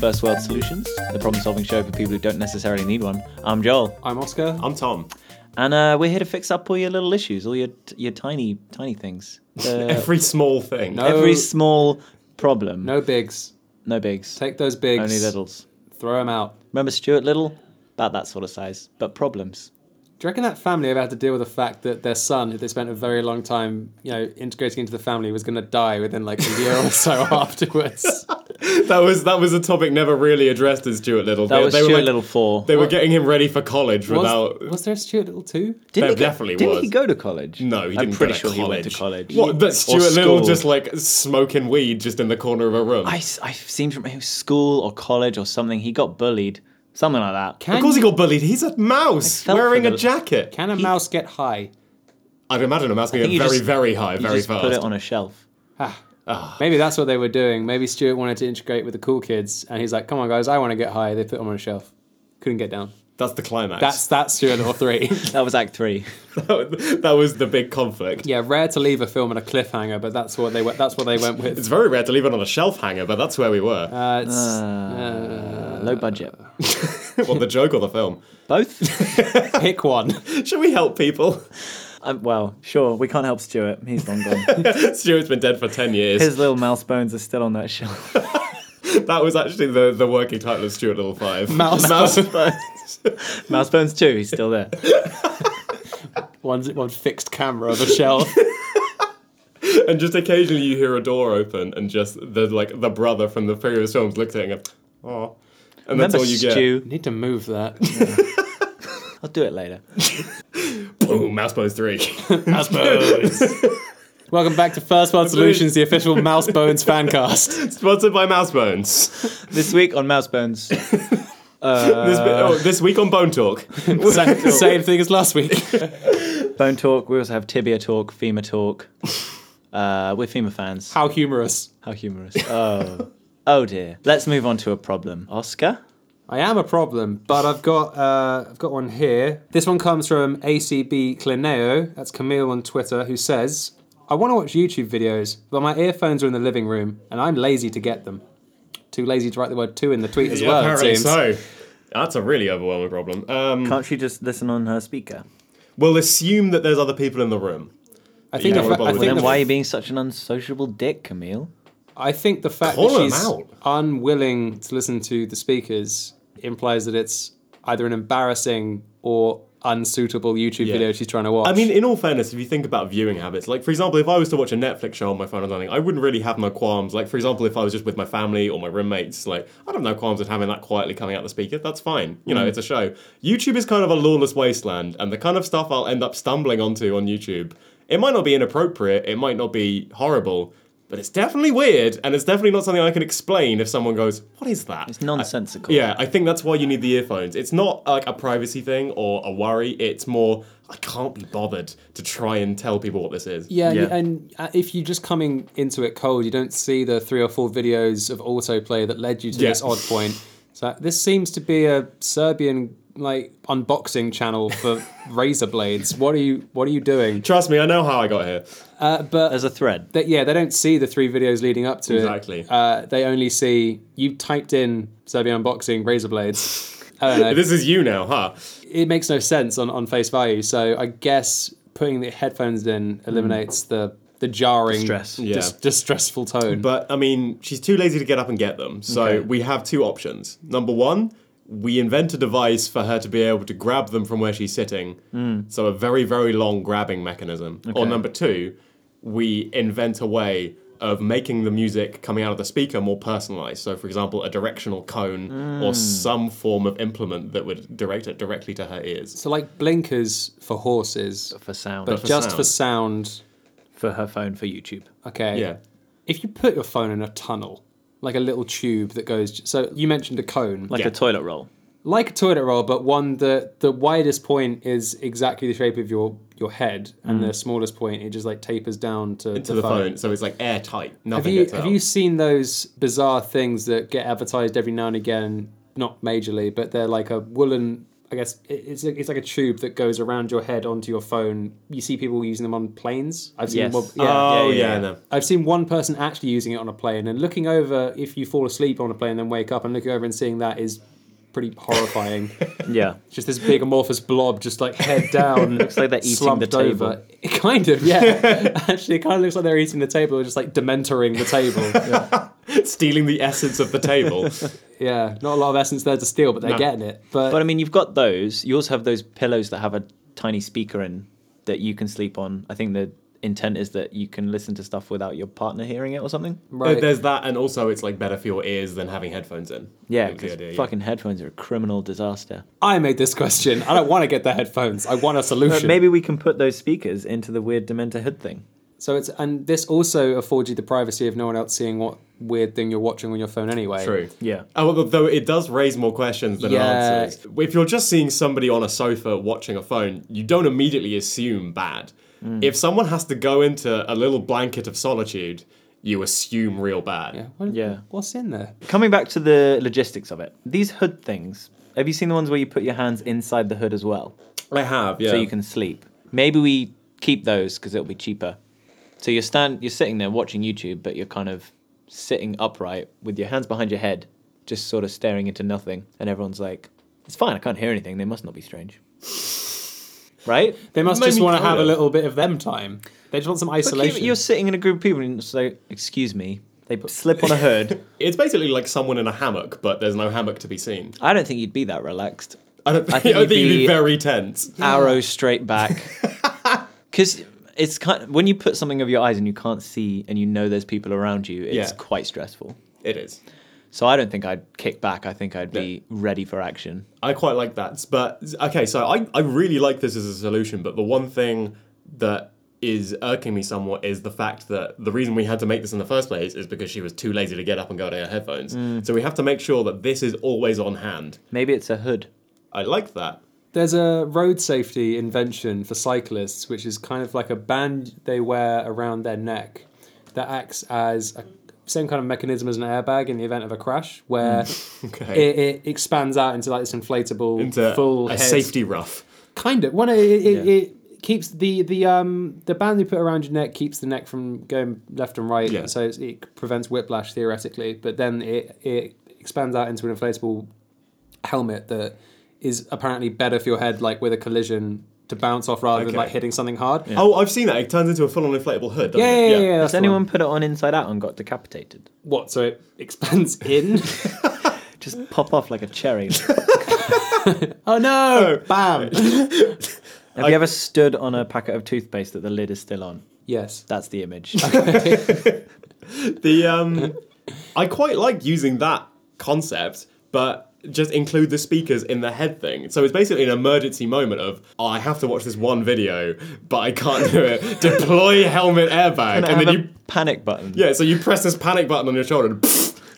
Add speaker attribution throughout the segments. Speaker 1: First World Solutions, the problem solving show for people who don't necessarily need one. I'm Joel,
Speaker 2: I'm Oscar.
Speaker 3: I'm Tom.
Speaker 1: and uh, we're here to fix up all your little issues, all your, your tiny, tiny things. Uh,
Speaker 3: Every small thing.
Speaker 2: No.
Speaker 1: every small problem.
Speaker 2: No bigs.
Speaker 1: No bigs,
Speaker 2: Take those bigs.
Speaker 1: only littles.
Speaker 2: Throw them out.
Speaker 1: Remember Stuart Little? About that sort of size, but problems.
Speaker 2: Do you reckon that family ever had to deal with the fact that their son, who they spent a very long time, you know, integrating into the family, was going to die within like a year or so afterwards?
Speaker 3: That was that was a topic never really addressed in Stuart Little.
Speaker 1: That
Speaker 3: they,
Speaker 1: was
Speaker 3: they
Speaker 1: Stuart
Speaker 3: were like-
Speaker 1: Little 4.
Speaker 3: They were getting him ready for college without.
Speaker 2: was, was there a Stuart Little too?
Speaker 1: Didn't
Speaker 3: There
Speaker 1: he go-
Speaker 3: definitely
Speaker 1: didn't
Speaker 3: was.
Speaker 1: he go to college?
Speaker 3: no, he
Speaker 1: I'm
Speaker 3: didn't.
Speaker 1: pretty
Speaker 3: go
Speaker 1: sure
Speaker 3: to
Speaker 1: he went to
Speaker 3: college.
Speaker 1: college.
Speaker 3: What?
Speaker 1: Or
Speaker 3: That Stuart Little
Speaker 1: school.
Speaker 3: just like smoking weed just in the corner of a room.
Speaker 1: I, s- I seem from it was school or college or something. He got bullied, something like that.
Speaker 2: Can,
Speaker 3: of course, he got bullied. He's a mouse
Speaker 1: fell for
Speaker 3: wearing
Speaker 1: the-
Speaker 3: a jacket.
Speaker 2: can a mouse get high?
Speaker 3: I'd imagine a mouse
Speaker 1: I
Speaker 3: going
Speaker 1: think you
Speaker 3: very,
Speaker 1: just-
Speaker 3: very high,
Speaker 1: you
Speaker 3: very
Speaker 1: just put it
Speaker 3: fast.
Speaker 1: on a shelf.
Speaker 2: Maybe that's what they were doing. Maybe Stuart wanted to integrate with the cool kids, and he's like, "Come on, guys, I want to get high." They put him on a shelf. Couldn't get down.
Speaker 3: That's the climax.
Speaker 2: That's that's Stuart Little three.
Speaker 1: That was Act Three.
Speaker 3: that was the big conflict.
Speaker 2: yeah, rare to leave a film on a cliffhanger, but that's what they went. That's what they went with.
Speaker 3: It's very rare to leave it on a shelf hanger, but that's where we were.
Speaker 2: Uh, it's,
Speaker 1: Uh, Low budget.
Speaker 3: well, the joke or the film.
Speaker 1: Both.
Speaker 2: pick one.
Speaker 3: Should we help people?
Speaker 1: um, well, sure. We can't help Stuart. He's long gone.
Speaker 3: Stuart's been dead for ten years.
Speaker 1: His little mouse bones are still on that shelf.
Speaker 3: That was actually the, the working title of Stuart Little Five.
Speaker 2: Mouse.
Speaker 1: mouse bones too. He's still there.
Speaker 2: One's one fixed camera of a shelf.
Speaker 3: and just occasionally you hear a door open and just the like the brother from the previous films looks at it and goes, oh. And that's
Speaker 1: Remember
Speaker 3: all you
Speaker 1: Stu?
Speaker 2: Need to move that.
Speaker 1: I'll do it later.
Speaker 3: get. Boom, Mouse Bones 3.
Speaker 2: Welcome back to First World Solutions, the official Mouse Bones fan cast.
Speaker 3: Sponsored by Mouse Bones.
Speaker 1: This week on Mouse Bones,
Speaker 3: this, oh, this week on Bone Talk.
Speaker 2: Same, same thing as last week.
Speaker 1: Bone Talk. We also have Tibia Talk, Femur Talk. Uh, we're femur fans.
Speaker 2: How humorous.
Speaker 1: How humorous. Oh. Oh dear. Let's move on to a problem. Oscar?
Speaker 2: I am a problem, but I've got uh, I've got one here. This one comes from ACB Clineo. That's Camille on Twitter, who says, "I want to watch YouTube videos, but my earphones are in the living room, and I'm lazy to get them. Too lazy to write the word two in the tweet as
Speaker 3: Yeah,
Speaker 2: well. It
Speaker 3: apparently
Speaker 2: seems.
Speaker 3: so. That's a really overwhelming problem. Um,
Speaker 1: Can't she just listen on her speaker?
Speaker 3: we'll assume that there's other people in the room.
Speaker 2: I think
Speaker 3: Yeah,
Speaker 2: the
Speaker 3: what
Speaker 2: fa-
Speaker 3: about
Speaker 2: I
Speaker 3: with
Speaker 2: think
Speaker 3: them?
Speaker 1: Then
Speaker 2: the
Speaker 1: why are you being such an unsociable dick, Camille?
Speaker 2: I think the fact
Speaker 3: Call
Speaker 2: that
Speaker 3: him
Speaker 2: she's
Speaker 3: out.
Speaker 2: unwilling to listen to the speakers implies that it's either an embarrassing or unsuitable YouTube
Speaker 3: Yeah.
Speaker 2: video she's trying to watch.
Speaker 3: I mean, in all fairness, if you think about viewing habits, like for example, if I was to watch a Netflix show on my phone or something, I wouldn't really have no qualms. Like for example, if I was just with my family or my roommates, like I'd have no qualms with having that quietly coming out the speaker. That's fine. You know, it's a show. YouTube is kind of a lawless wasteland, and the kind of stuff I'll end up stumbling onto on YouTube, it might not be inappropriate, it might not be horrible. But it's definitely weird, and it's definitely not something I can explain if someone goes, "What is that?"
Speaker 1: It's nonsensical.
Speaker 3: Yeah, I think that's why you need the earphones. It's not like a privacy thing or a worry. It's more I can't be bothered to try and tell people what this is.
Speaker 2: Yeah,
Speaker 1: Yeah.
Speaker 2: and uh, if you're just coming into it cold, you don't see the three or four videos of autoplay that led you to
Speaker 3: Yeah.
Speaker 2: this odd point. So this seems to be a Serbian like unboxing channel for razor blades. What are you What are you doing?
Speaker 3: Trust me, I know how I got here.
Speaker 2: Uh, but
Speaker 1: There's a thread.
Speaker 2: that, yeah, they don't see the three videos leading up to it.
Speaker 3: Exactly.
Speaker 2: Uh, they only see you typed in Serbian unboxing razor blades. I don't know.
Speaker 3: This is you now, huh?
Speaker 2: it makes no sense on, on face value. So I guess putting the headphones in eliminates the the jarring
Speaker 1: Distress.
Speaker 3: Mm. Yeah.
Speaker 2: dis- distressful tone.
Speaker 3: But I mean, she's too lazy to get up and get them. So
Speaker 2: Okay.
Speaker 3: we have two options. Number one, we invent a device for her to be able to grab them from where she's sitting.
Speaker 2: Hmm.
Speaker 3: So a very, very long grabbing mechanism. Or number two, we invent a way of making the music coming out of the speaker more personalized. So, for example, a directional cone
Speaker 2: Hmm.
Speaker 3: or some form of implement that would direct it directly to her ears.
Speaker 2: So like blinkers for horses,
Speaker 1: For sound.
Speaker 2: but
Speaker 3: for
Speaker 2: just
Speaker 3: sound.
Speaker 2: for sound.
Speaker 1: for her phone for YouTube.
Speaker 2: Okay.
Speaker 3: Yeah.
Speaker 2: If you put your phone in a tunnel, like a little tube that goes. So you mentioned a cone, like,
Speaker 1: Like
Speaker 3: Yeah.
Speaker 1: a toilet roll.
Speaker 2: a toilet roll, but one that the widest point is exactly the shape of your your head, and the smallest point it just like tapers down to,
Speaker 3: To Mm. the phone. So it's like airtight.
Speaker 2: Have
Speaker 3: Nothing
Speaker 2: you
Speaker 3: gets
Speaker 2: have
Speaker 3: out.
Speaker 2: you seen those bizarre things that get advertised every now and again? Not majorly, but they're like a woolen I guess it- it's it's like a tube that goes around your head onto your phone. You see people using them on planes. I've seen
Speaker 1: Yes.
Speaker 2: well, yeah.
Speaker 3: Oh,
Speaker 1: yeah,
Speaker 3: yeah,
Speaker 1: yeah.
Speaker 3: no.
Speaker 2: I've seen one person actually using it on a plane, and looking over if you fall asleep on a plane and then wake up and looking over and seeing that is pretty horrifying.
Speaker 1: Yeah.
Speaker 2: just this big amorphous blob, just like head down. looks
Speaker 1: like they're eating the table.
Speaker 2: Over. Kind of, yeah. actually, it kind of looks like they're eating the table, just like dementoring the table. yeah.
Speaker 3: Stealing the essence of the table.
Speaker 2: not a lot of essence there to steal, but they're
Speaker 3: No.
Speaker 2: getting it. But,
Speaker 1: But uh, I mean, you've got those. You also have those pillows that have a tiny speaker in that you can sleep on. I think the intent is that you can listen to stuff without your partner hearing it or something.
Speaker 2: right.
Speaker 3: There's that, and also it's like better for your ears than having headphones in.
Speaker 1: Yeah,
Speaker 3: That was the
Speaker 1: 'cause
Speaker 3: idea, yeah.
Speaker 1: fucking headphones are a criminal disaster.
Speaker 2: I made this question. I don't want to get the headphones. I want a
Speaker 1: But
Speaker 2: solution.
Speaker 1: maybe we can put those speakers into the weird Dementor hood thing.
Speaker 2: So it's and this also affords you the privacy of no one else seeing what weird thing you're watching on your phone anyway.
Speaker 3: True.
Speaker 1: Yeah.
Speaker 3: Oh, well, though it does raise more questions than it
Speaker 2: Yeah.
Speaker 3: answers. If you're just seeing somebody on a sofa watching a phone, you don't immediately assume bad.
Speaker 1: Mm.
Speaker 3: If someone has to go into a little blanket of solitude, you assume real bad.
Speaker 2: Yeah. What-
Speaker 1: Yeah.
Speaker 2: What's in there?
Speaker 1: Coming back to the logistics of it, these hood things. Have you seen the ones where you put your hands inside the hood as well,
Speaker 3: I have, yeah.
Speaker 1: so you can sleep? Maybe we keep those because it'll be cheaper. So you're stand, you're sitting there watching YouTube, but you're kind of sitting upright with your hands behind your head, just sort of staring into nothing, and everyone's like, "It's fine, I can't hear anything. They must not be strange." Right?
Speaker 2: They must
Speaker 3: Made
Speaker 2: just
Speaker 3: me
Speaker 2: want to have a
Speaker 3: colder.
Speaker 2: little bit of them time. They just want some
Speaker 1: But keep-
Speaker 2: isolation.
Speaker 1: you're sitting in a group of people and say, "Excuse me." They slip on a hood.
Speaker 3: It's basically like someone in a hammock, but there's no hammock to be seen.
Speaker 1: I don't think you'd be that relaxed.
Speaker 3: I don't
Speaker 1: I
Speaker 3: think,
Speaker 1: think
Speaker 3: I
Speaker 1: you'd
Speaker 3: think you'd
Speaker 1: be-
Speaker 3: be very tense.
Speaker 1: arrow straight back. Because it's kind when you put something over your eyes and you can't see and you know there's people around you, it's
Speaker 3: Yeah.
Speaker 1: quite stressful.
Speaker 3: It is.
Speaker 1: So I don't think I'd kick back. I think I'd be ready for action.
Speaker 3: I quite like that. But okay, so I, I really like this as a solution, but the one thing that is irking me somewhat is the fact that the reason we had to make this in the first place is because she was too lazy to get up and go to her headphones.
Speaker 2: Mm.
Speaker 3: So we have to make sure that this is always on hand.
Speaker 1: Maybe it's a hood.
Speaker 3: I like that.
Speaker 2: There's a road safety invention for cyclists, which is kind of like a band they wear around their neck that acts as a same kind of mechanism as an airbag in the event of a crash, where
Speaker 3: Okay.
Speaker 2: it, it expands out into like this inflatable
Speaker 3: Hmm. Into
Speaker 2: full
Speaker 3: a
Speaker 2: head.
Speaker 3: safety rough.
Speaker 2: Kind of. One, it, it, it, it keeps the the um the band you put around your neck keeps the neck from going left and right,
Speaker 3: Yeah.
Speaker 2: and so it's, it prevents whiplash theoretically. But then it it expands out into an inflatable helmet that is apparently better for your head, like with a collision to bounce off rather than
Speaker 3: Okay.
Speaker 2: like hitting something hard. Yeah,
Speaker 3: Oh, I've seen that. It turns into a full on inflatable hood. doesn't
Speaker 2: yeah, yeah.
Speaker 3: it?
Speaker 2: yeah, yeah, that's
Speaker 1: Has
Speaker 2: the
Speaker 1: anyone
Speaker 2: one.
Speaker 1: put it on inside out and got decapitated?
Speaker 2: what? So it expands in.
Speaker 1: Just pop off like a cherry.
Speaker 2: oh no! Bam.
Speaker 1: Have you ever stood on a packet of toothpaste that the lid is still on?
Speaker 2: yes.
Speaker 1: That's the image.
Speaker 3: The um, I quite like using that concept, but just include the speakers in the head thing. So it's basically an emergency moment of oh, I have to watch this one video, but I can't do it. Deploy helmet airbag, and,
Speaker 1: Have
Speaker 3: then
Speaker 1: a
Speaker 3: you
Speaker 1: panic button.
Speaker 3: yeah, so you press this panic button on your shoulder. And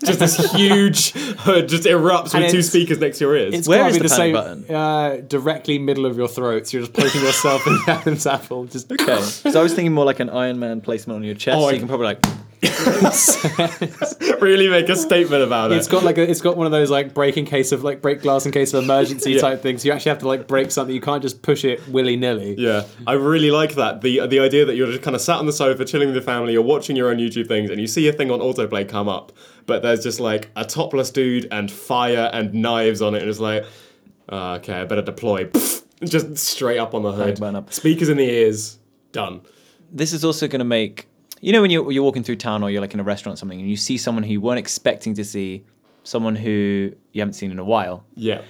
Speaker 3: just this huge hood just erupts with two
Speaker 2: it's-
Speaker 3: speakers next to your ears.
Speaker 2: It's
Speaker 1: Where
Speaker 2: gotta
Speaker 1: is
Speaker 2: be
Speaker 1: the
Speaker 2: the, same
Speaker 1: panic
Speaker 2: Uh, directly middle of your throat. So you're just poking yourself in the Adam's apple. Just
Speaker 1: Okay. So I was thinking more like an Iron Man placement on your chest,
Speaker 3: Oh,
Speaker 1: so
Speaker 3: I-
Speaker 1: you can probably like
Speaker 3: really make a statement about it.
Speaker 2: It's got like a, it's got one of those like break in case of like break glass in case of emergency
Speaker 3: Yeah.
Speaker 2: type things. You actually have to like break something. You can't just push it willy nilly.
Speaker 3: Yeah, I really like that. The the idea that you're just kind of sat on the sofa, chilling with your family, you're watching your own YouTube things, and you see a thing on autoplay come up, but there's just like a topless dude and fire and knives on it, and it's like, "Ah, okay, I better deploy. just straight up on the hood.
Speaker 1: burn up.
Speaker 3: Speakers in the ears, done.
Speaker 1: this is also going to make you know when you're, you're walking through town or you're like in a restaurant or something and you see someone who you weren't expecting to see someone who you haven't seen in a while
Speaker 3: Yeah,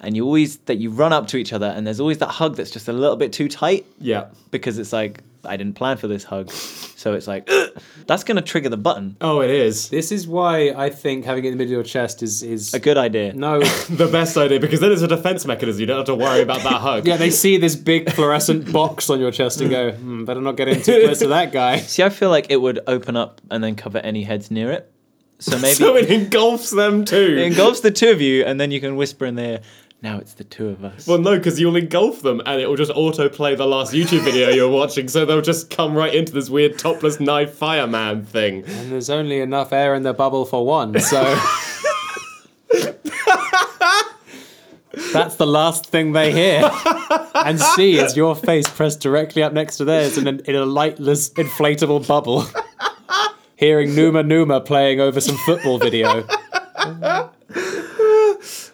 Speaker 1: and you always that you run up to each other and there's always that hug that's just a little bit too tight
Speaker 3: yeah.
Speaker 1: because it's like i didn't plan for this hug so it's like that's going to trigger the button
Speaker 3: Oh, it is
Speaker 2: This is why I think having it in the middle of your chest is is
Speaker 1: a good idea
Speaker 2: no.
Speaker 3: the best idea because then it's a defense mechanism. You don't have to worry about that hug.
Speaker 2: Yeah, they see this big fluorescent box on your chest and go, hmm, better not get in too close to that guy.
Speaker 1: see i feel like it would open up and then cover any heads near it so maybe
Speaker 3: so it engulfs them too.
Speaker 1: it engulfs the two of you and then you can whisper in their now it's the two of us
Speaker 3: Well, no, because you'll engulf them and it will just autoplay the last YouTube video you're watching, so they'll just come right into this weird topless knife fireman thing.
Speaker 2: And there's only enough air in the bubble for one. So That's the last thing they hear and see is your face pressed directly up next to theirs in, an, in a lightless inflatable bubble. Hearing Numa Numa playing over some football video.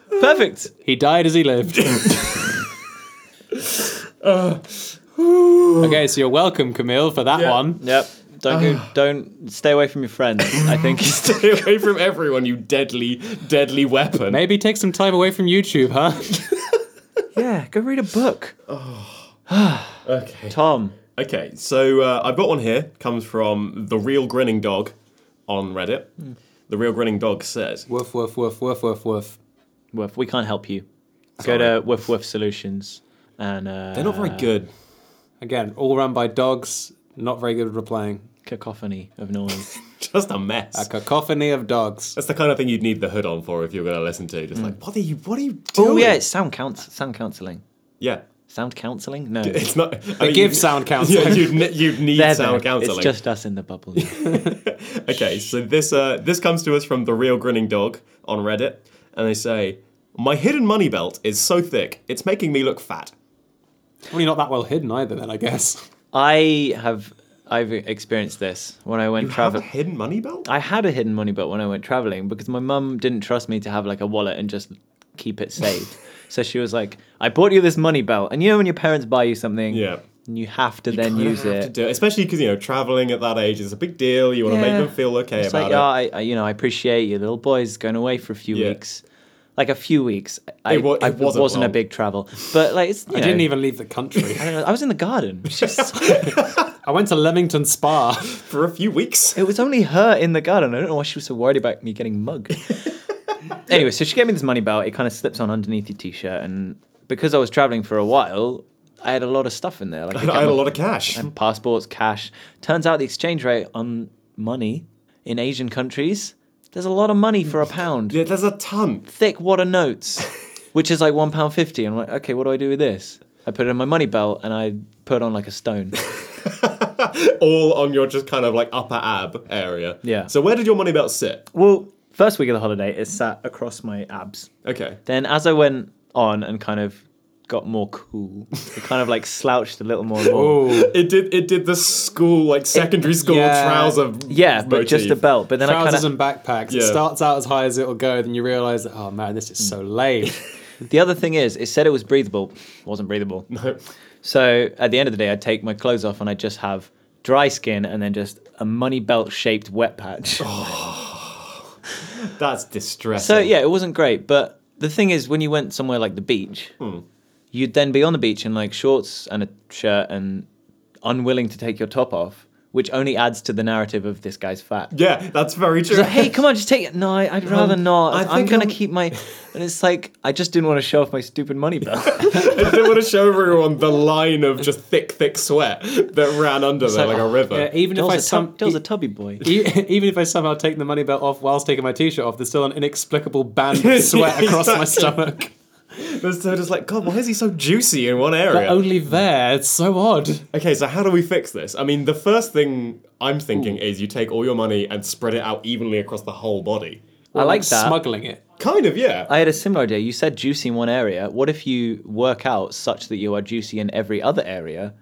Speaker 1: Perfect.
Speaker 2: He died as he lived. Uh. okay, so you're welcome, Camille, for that
Speaker 3: Yeah.
Speaker 2: one.
Speaker 1: Yep. Don't go, don't stay away from your friends. I think it's
Speaker 3: Stay away from everyone, you deadly, deadly weapon.
Speaker 2: Maybe take some time away from YouTube, huh?
Speaker 1: yeah. Go read a book.
Speaker 3: Okay.
Speaker 1: Tom.
Speaker 3: Okay, so uh, I've got one here. Comes from the real grinning dog on Reddit. The real grinning dog says,
Speaker 2: woof, woof, woof, woof, woof, woof.
Speaker 1: Woof, we can't help you. Go to Woof Woof Solutions and uh,
Speaker 3: "They're not very good."
Speaker 2: Again, all run by dogs, not very good at replying.
Speaker 1: cacophony of noise.
Speaker 3: Just a mess.
Speaker 2: A cacophony of dogs.
Speaker 3: That's the kind of thing you'd need the hood on for if you're going to listen to. Just like, what are you? What are you doing?
Speaker 1: Hmm. oh yeah, it's sound counts sound counseling.
Speaker 3: yeah.
Speaker 1: Sound counseling? No.
Speaker 3: It's not. I mean,
Speaker 2: They
Speaker 3: you-
Speaker 2: give sound
Speaker 3: Yeah,
Speaker 2: counseling.
Speaker 3: you'd, ne- you'd need
Speaker 1: They're
Speaker 3: sound
Speaker 1: there.
Speaker 3: counselling.
Speaker 1: It's just us in the bubble.
Speaker 3: Okay, so this uh, this comes to us from the real grinning dog on Reddit, and they say, "My hidden money belt is so thick, it's making me look fat."
Speaker 2: Probably not that well hidden either, then, I guess.
Speaker 1: I have I've experienced this when I went
Speaker 3: You have a
Speaker 1: travel.
Speaker 3: hidden money belt?
Speaker 1: I had a hidden money belt when I went traveling because my mum didn't trust me to have like a wallet and just keep it safe. so she was like, "I bought you this money belt, and you know when your parents buy you something,
Speaker 3: Yeah.
Speaker 1: and you have to then
Speaker 3: Kinda
Speaker 1: use
Speaker 3: have to
Speaker 1: it.
Speaker 3: do it, especially because you know traveling at that age is a big deal. You want to
Speaker 1: Yeah.
Speaker 3: make them feel okay
Speaker 1: It's
Speaker 3: about
Speaker 1: like,
Speaker 3: it.
Speaker 1: "Oh, I, I, you know, I appreciate you. Little boy's going away for a few
Speaker 3: Yeah.
Speaker 1: weeks, like a few weeks. I,
Speaker 3: It wa- it
Speaker 1: I-
Speaker 3: wasn't
Speaker 1: a
Speaker 3: long.
Speaker 1: big travel, but like, it's, you
Speaker 2: I
Speaker 1: know,
Speaker 2: didn't even leave the country.
Speaker 1: I, don't know, I was in the garden. It's just-
Speaker 2: I went to Leamington Spa.
Speaker 1: uh,
Speaker 3: For a few weeks.
Speaker 1: it was only her in the garden. I don't know why she was so worried about me getting mugged. anyway, so she gave me this money belt. It kind of slips on underneath your t-shirt, and because I was traveling for a while, I had a lot of stuff in there. Like
Speaker 3: I had a lot of cash.
Speaker 1: and passports, cash. Turns out the exchange rate on money in Asian countries, there's a lot of money for a pound.
Speaker 3: Yeah, there's a ton.
Speaker 1: Thick wad of notes, which is like one pound fifty. I'm like, okay, what do I do with this? I put it in my money belt and I put on like a stone.
Speaker 3: All on your just kind of like upper ab area.
Speaker 1: Yeah.
Speaker 3: So where did your money belt sit?
Speaker 1: well, first week of the holiday, it sat across my abs.
Speaker 3: Okay.
Speaker 1: Then as I went on and kind of got more cool, it kind of like slouched a little more. and more.
Speaker 2: Oh,
Speaker 3: It did it did the school, like secondary school
Speaker 2: yeah.
Speaker 3: trouser.
Speaker 1: Yeah, but just a
Speaker 3: motif.
Speaker 1: belt. But then I kind
Speaker 2: trousers
Speaker 1: of
Speaker 2: and backpacks. It
Speaker 3: Yeah.
Speaker 2: starts out as high as it'll go, then you realise that, oh man, this is so
Speaker 1: Mm.
Speaker 2: lame.
Speaker 1: the other thing is, it said it was breathable, wasn't breathable. So at the end of the day, I'd take my clothes off and I'd just have dry skin and then just a money belt shaped wet patch.
Speaker 3: That's distressing.
Speaker 1: so yeah, it wasn't great. But the thing is, when you went somewhere like the beach,
Speaker 2: Hmm.
Speaker 1: you'd then be on the beach in like shorts and a shirt and unwilling to take your top off, which only adds to the narrative of this guy's fat.
Speaker 3: Yeah, that's very true.
Speaker 1: Like, hey, come on, just take it. No, I, I'd rather not.
Speaker 3: I
Speaker 1: I am
Speaker 3: think
Speaker 1: gonna
Speaker 3: I'm-
Speaker 1: keep my. And it's like I just didn't want to show off my stupid money belt.
Speaker 3: I didn't want to show everyone the line of just thick, thick sweat that ran under there
Speaker 1: like,
Speaker 3: like a river.
Speaker 2: oh, Yeah, even, if
Speaker 1: Dale's
Speaker 2: I
Speaker 1: a,
Speaker 2: some-
Speaker 1: tub- Dale's a tubby boy.
Speaker 2: e- even if I somehow take the money belt off whilst taking my t shirt off, there's still an inexplicable band of sweat across my
Speaker 3: Exactly.
Speaker 2: stomach.
Speaker 3: There's- They're just like, God, why is he so juicy in one
Speaker 2: But
Speaker 3: area?
Speaker 2: only there. It's so odd.
Speaker 3: okay, so how do we fix this? I mean, the first thing I'm thinking is you take all your money and spread it out evenly across the whole body.
Speaker 1: I like that.
Speaker 2: Smuggling it.
Speaker 3: Kind of, yeah.
Speaker 1: I had a similar idea. You said juicy in one area. What if you work out such that you are juicy in every other area,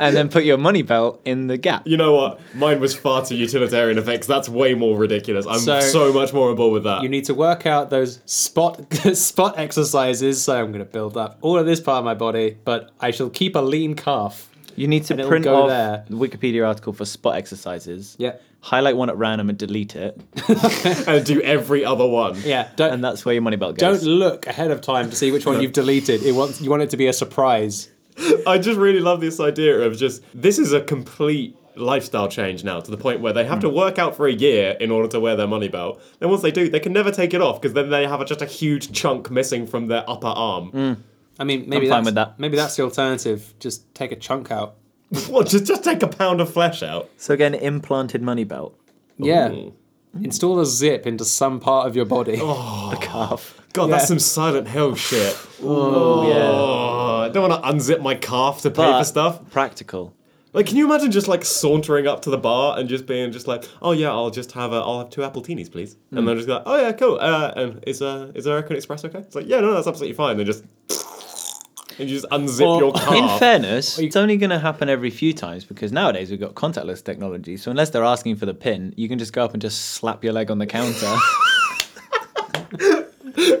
Speaker 1: and then put your money belt in the gap?
Speaker 3: you know what? Mine was far too utilitarian effects. That's way more ridiculous. I'm
Speaker 2: So-
Speaker 3: so, much more on board with that.
Speaker 2: You need to work out those spot spot exercises. So I'm going to build up all of this part of my body, but I shall keep a lean calf.
Speaker 1: You need to
Speaker 2: And it'll
Speaker 1: print
Speaker 2: go
Speaker 1: off
Speaker 2: there.
Speaker 1: the Wikipedia article for spot exercises.
Speaker 2: Yeah.
Speaker 1: Highlight one at random and delete it,
Speaker 3: and do every other one.
Speaker 2: Yeah, don't
Speaker 1: and that's where your money belt goes.
Speaker 2: don't look ahead of time to see which one you've deleted. It wants you want it to be a surprise.
Speaker 3: I just really love this idea of just this is a complete lifestyle change now to the point where they have to work out for a year in order to wear their money belt. Then once they do, they can never take it off because then they have just a huge chunk missing from their upper arm.
Speaker 2: I mean, maybe
Speaker 1: I'm
Speaker 2: that's,
Speaker 1: fine with that.
Speaker 2: maybe that's the alternative. Just take a chunk out.
Speaker 3: What? Just just take a pound of flesh out.
Speaker 1: So again, implanted money belt.
Speaker 2: Yeah.
Speaker 3: Ooh.
Speaker 2: Install a zip into some part of your body.
Speaker 1: The calf.
Speaker 3: God,
Speaker 2: Yeah.
Speaker 3: that's some Silent Hill shit.
Speaker 1: Oh yeah.
Speaker 3: Oh, I don't want to unzip my calf to pay
Speaker 1: But
Speaker 3: for stuff.
Speaker 1: Practical.
Speaker 3: Like, can you imagine just like sauntering up to the bar and just being just like, oh yeah, I'll just have a, I'll have two apple teenies, please,
Speaker 1: Hmm.
Speaker 3: and they'll just go, oh yeah, cool. Uh, and is uh, is American Express okay? It's like, yeah, no, that's absolutely fine. They just and you just unzip
Speaker 1: Well,
Speaker 3: your car.
Speaker 1: In fairness, it's only going to happen every few times because nowadays we've got contactless technology. So unless they're asking for the pin, you can just go up and just slap your leg on the counter.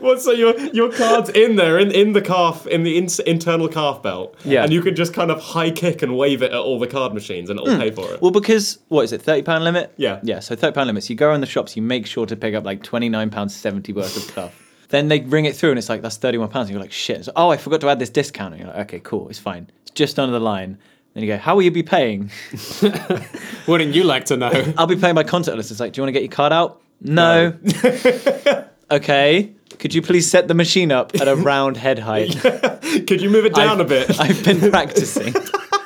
Speaker 3: Well, so your your card's in there, in in the calf, in the ins internal calf belt,
Speaker 1: Yeah.
Speaker 3: and you can just kind of high kick and wave it at all the card machines, and it'll pay for it.
Speaker 1: Hmm. well, because what is it, thirty pound limit?
Speaker 3: Yeah.
Speaker 1: yeah. So thirty pound limits. You go in the shops, you make sure to pick up like twenty nine pounds seventy worth of stuff. Then they bring it through, and it's like that's thirty one pounds. You're like, shit. It's like, oh, I forgot to add this discount. And you're like, okay, cool, it's fine. It's just under the line. Then you go, how will you be paying?
Speaker 2: Wouldn't you like to know?
Speaker 1: I'll be playing my contactless. It's like, do you want to get your card out? No. okay. Could you please set the machine up at a round head height?
Speaker 3: Could you move it down a bit?
Speaker 1: I've been practicing.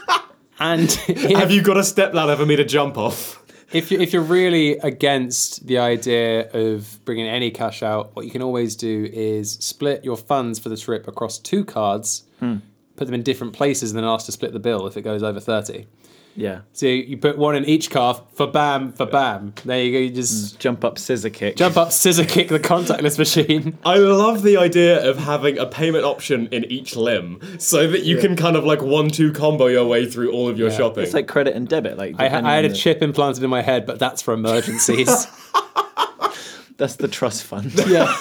Speaker 2: and
Speaker 3: Have you got a step ladder for me to jump off?
Speaker 2: if you, if you're really against the idea of bringing any cash out, what you can always do is split your funds for the trip across two cards, put them in different places, and then ask to split the bill if it goes over thirty.
Speaker 1: Yeah.
Speaker 2: So you put one in each calf for bam for bam. There you go. You just
Speaker 1: Jump up scissor kick.
Speaker 2: jump up, scissor kick the contactless machine.
Speaker 3: I love the idea of having a payment option in each limb, so that you can kind of like one-two combo your way through all of your
Speaker 2: Yeah.
Speaker 3: shopping.
Speaker 1: It's like credit and debit. Like
Speaker 2: I, ha- I had a
Speaker 1: depending on the-
Speaker 2: chip implanted in my head, but that's for emergencies.
Speaker 1: That's the trust fund.
Speaker 2: yeah.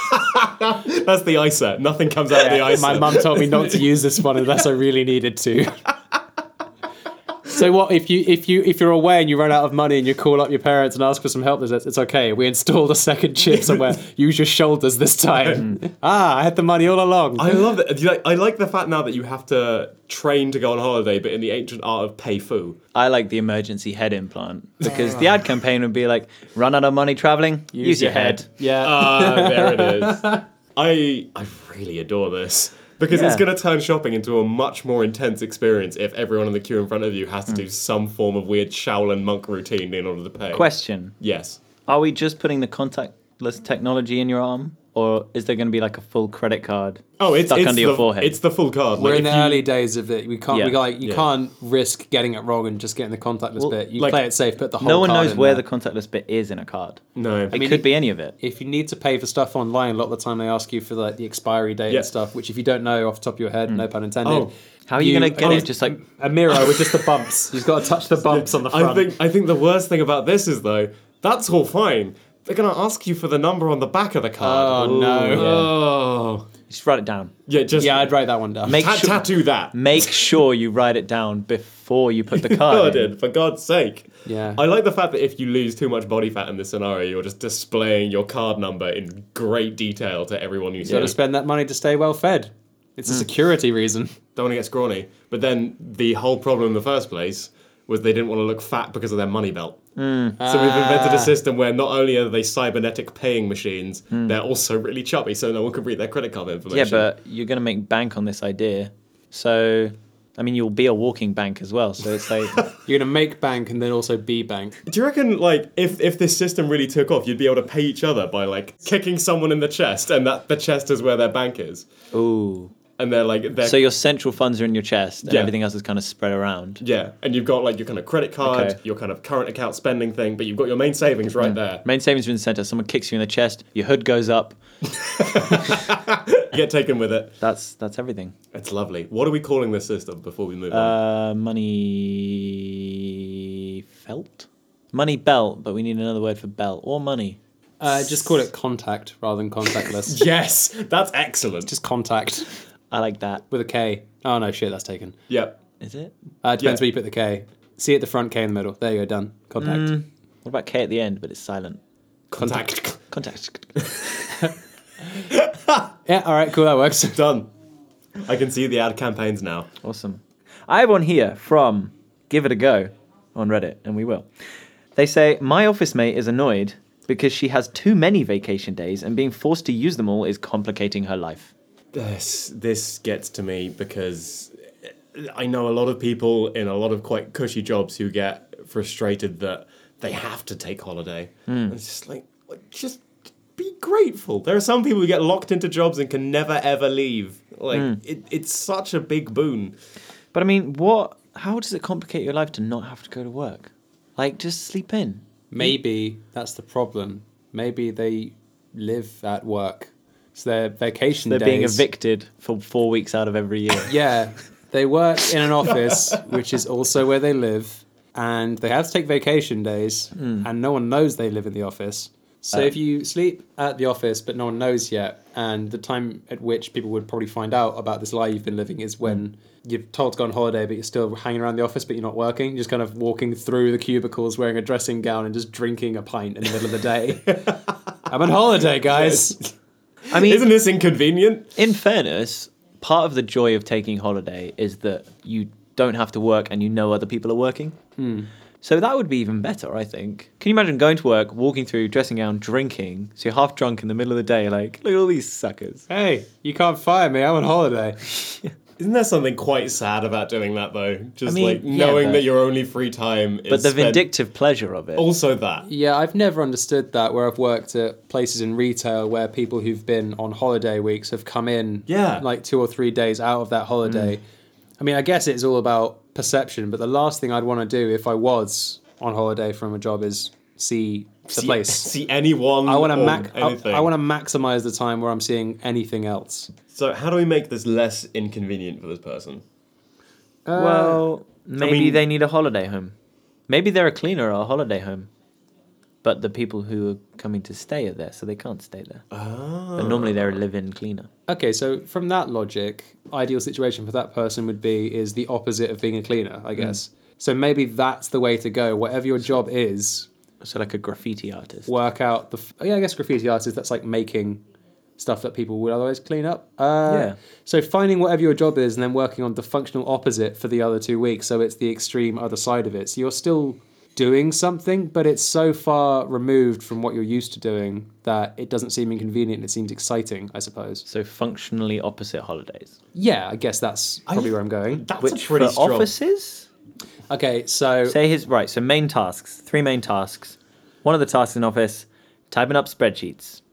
Speaker 3: That's the ISA. Nothing comes out of the ISA.
Speaker 2: My mum told me not to use this one unless I really needed to. So what if you if you if you're away and you run out of money and you call up your parents and ask for some help? They said, It's okay. We installed a second chip somewhere. Use your shoulders this time. ah, I had the money all along.
Speaker 3: I love that. You like- I like the fact now that you have to train to go on holiday, but in the ancient art of pei fu.
Speaker 1: I like the emergency head implant because the ad campaign would be like, run out of money traveling, use, your head. Uh,
Speaker 2: Yeah.
Speaker 3: Ah, there it is. I I really adore this because it's
Speaker 1: Yeah.
Speaker 3: going to turn shopping into a much more intense experience if everyone in the queue in front of you has to
Speaker 1: Mm.
Speaker 3: do some form of weird Shaolin monk routine in order to pay.
Speaker 1: Question
Speaker 3: Yes.
Speaker 1: Are we just putting the contactless technology in your arm? Or is there going to be like a full credit card
Speaker 3: Oh, it's
Speaker 1: stuck
Speaker 3: it's
Speaker 1: under
Speaker 3: the,
Speaker 1: your forehead?
Speaker 3: It's the full card.
Speaker 2: We're
Speaker 3: Like,
Speaker 2: in the
Speaker 3: if you-
Speaker 2: early days of it. We can't.
Speaker 1: Yeah.
Speaker 2: We like you
Speaker 3: Yeah.
Speaker 2: can't risk getting it wrong and just getting the contactless
Speaker 1: Well,
Speaker 2: bit. You
Speaker 3: like,
Speaker 2: play it safe. Put the whole.
Speaker 1: no one
Speaker 2: card
Speaker 1: knows
Speaker 2: in
Speaker 1: where
Speaker 2: there.
Speaker 1: the contactless bit is in a card.
Speaker 3: No.
Speaker 1: It
Speaker 2: mean,
Speaker 1: could
Speaker 2: it-
Speaker 1: be any of it.
Speaker 2: If you need to pay for stuff online, a lot of the time they ask you for like the expiry date
Speaker 3: Yeah.
Speaker 2: and stuff, which if you don't know off the top of your head, no pun intended.
Speaker 3: Oh.
Speaker 1: How are you, going to get
Speaker 2: oh,
Speaker 1: it? Just like
Speaker 2: a mirror with just the bumps. You've got to touch the bumps on the front.
Speaker 3: I think I think the worst thing about this is though that's all fine. They're going to ask you for the number on the back of the card.
Speaker 2: Oh, no.
Speaker 3: Ooh.
Speaker 2: Yeah.
Speaker 3: Oh.
Speaker 1: just write it down.
Speaker 3: Yeah. Just
Speaker 2: yeah, I'd write that one down.
Speaker 1: Make
Speaker 3: ta-
Speaker 1: sure,
Speaker 3: tattoo that.
Speaker 1: make sure you write it down before you put the card. in.
Speaker 3: Carded, for God's sake.
Speaker 2: Yeah.
Speaker 3: I like the fact that if you lose too much body fat in this scenario, you're just displaying your card number in great detail to everyone you see.
Speaker 2: Got to spend that money to stay well fed. It's a security reason.
Speaker 3: Don't want to get scrawny. But then the whole problem in the first place was they didn't want to look fat because of their money belt.
Speaker 1: Hmm.
Speaker 3: So we've invented
Speaker 1: Ah.
Speaker 3: a system where not only are they cybernetic paying machines, they're also really chubby, so no one can read their credit card
Speaker 1: Hmm. Yeah,
Speaker 3: information.
Speaker 1: but you're going to make bank on this idea. So, I mean, you'll be a walking bank as well. So it's like,
Speaker 2: You're gonna make bank and then also be bank.
Speaker 3: Do you reckon, like, if if this system really took off, you'd be able to pay each other by like kicking someone in the chest, and that the chest is where their bank is,
Speaker 1: ooh.
Speaker 3: and they're like, they're
Speaker 1: So your central funds are in your chest, and
Speaker 3: Yeah.
Speaker 1: everything else is kind of spread around.
Speaker 3: Yeah, and you've got like your kind of credit card,
Speaker 1: Okay.
Speaker 3: your kind of current account spending thing, but you've got your main savings right there.
Speaker 1: Main savings are in the center. Someone kicks you in the chest. Your hood goes up.
Speaker 3: Get taken with it.
Speaker 1: That's that's everything.
Speaker 3: It's lovely. What are we calling this system before we move on?
Speaker 1: Uh, money felt, money belt, but we need another word for belt or money.
Speaker 2: Uh, just call it contact rather than contactless.
Speaker 3: Yes, that's excellent.
Speaker 2: just contact
Speaker 1: I like that.
Speaker 2: with a K. Oh no, shit, that's taken.
Speaker 3: Yep.
Speaker 1: Is it?
Speaker 2: Uh, depends
Speaker 3: Yeah.
Speaker 2: where you put the K. See at the front, K in the middle. There you go, done. Contact.
Speaker 1: What about K at the end, but it's silent?
Speaker 3: Contact.
Speaker 1: Contact.
Speaker 2: Yeah, all right, cool, that works.
Speaker 3: Done. I can see the ad campaigns now.
Speaker 1: Awesome. I have one here from Give It a Go on Reddit, and we will. They say, My office mate is annoyed because she has too many vacation days and being forced to use them all is complicating her life.
Speaker 3: This this gets to me because I know a lot of people in a lot of quite cushy jobs who get frustrated that they have to take holiday.
Speaker 1: Hmm.
Speaker 3: It's just like just be grateful. There are some people who get locked into jobs and
Speaker 1: Hmm.
Speaker 3: can never ever leave. Like it, it's such a big boon.
Speaker 1: But I mean, what how does it complicate your life to not have to go to work? Like, just sleep in.
Speaker 2: Maybe that's the problem. Maybe they live at work. So their vacation
Speaker 1: They're being
Speaker 2: days-
Speaker 1: evicted for four weeks out of every year.
Speaker 2: Yeah. They work in an office, which is also where they live, and they have to take vacation days, and no one knows they live in the office. So
Speaker 1: Um,
Speaker 2: if you sleep at the office, but no one knows yet, and the time at which people would probably find out about this lie you've been living is when you're told to go on holiday, but you're still hanging around the office, but you're not working, you're just kind of walking through the cubicles wearing a dressing gown and just drinking a pint in the middle of the day. I'm on holiday, guys.
Speaker 1: I mean,
Speaker 3: Isn't this inconvenient?
Speaker 1: in fairness, part of the joy of taking holiday is that you don't have to work and you know other people are working. So that would be even better, I think. Can you imagine going to work, walking through, dressing down, drinking, so you're half drunk in the middle of the day, like, look at all these suckers.
Speaker 2: Hey, you can't fire me. I'm on holiday.
Speaker 3: Isn't there something quite sad about doing that though? Just
Speaker 1: mean,
Speaker 3: like
Speaker 1: yeah,
Speaker 3: knowing
Speaker 1: but-
Speaker 3: that your only free time is
Speaker 1: But the
Speaker 3: spent-
Speaker 1: vindictive pleasure of it.
Speaker 3: also that.
Speaker 2: Yeah, I've never understood that where I've worked at places in retail where people who've been on holiday weeks have come in
Speaker 3: Yeah. Mm.
Speaker 2: like two or three days out of that holiday. I mean, I guess it's all about perception, but the last thing I'd want to do if I was on holiday from a job is see the
Speaker 3: see,
Speaker 2: place.
Speaker 3: see anyone.
Speaker 2: I want to
Speaker 3: max.
Speaker 2: mac- I, I want to maximize the time where I'm seeing anything else.
Speaker 3: So how do we make this less inconvenient for this person?
Speaker 1: well, maybe
Speaker 3: mean-
Speaker 1: they need a holiday home. Maybe they're a cleaner or a holiday home. But the people who are coming to stay are there, so they can't stay there.
Speaker 3: Ah.
Speaker 1: But normally they're a live in cleaner.
Speaker 2: Okay, so from that logic, ideal situation for that person would be is the opposite of being a cleaner, I guess. So maybe that's the way to go. Whatever your job is,
Speaker 1: So, like a graffiti artist.
Speaker 2: work out the. F- oh, yeah, I guess graffiti artists. That's like making stuff that people would otherwise clean up. Uh,
Speaker 1: Yeah.
Speaker 2: So finding whatever your job is, and then working on the functional opposite for the other two weeks. So it's the extreme other side of it. So you're still doing something, but it's so far removed from what you're used to doing that it doesn't seem inconvenient. It seems exciting, I suppose.
Speaker 1: So, functionally opposite holidays.
Speaker 2: Yeah, I guess that's probably
Speaker 3: you-
Speaker 2: where I'm going.
Speaker 3: That's
Speaker 1: Which
Speaker 3: a pretty
Speaker 1: for
Speaker 3: strong.
Speaker 1: offices?
Speaker 2: Okay, so
Speaker 1: Say his right. So main tasks, three main tasks. One of the tasks in office, typing up spreadsheets.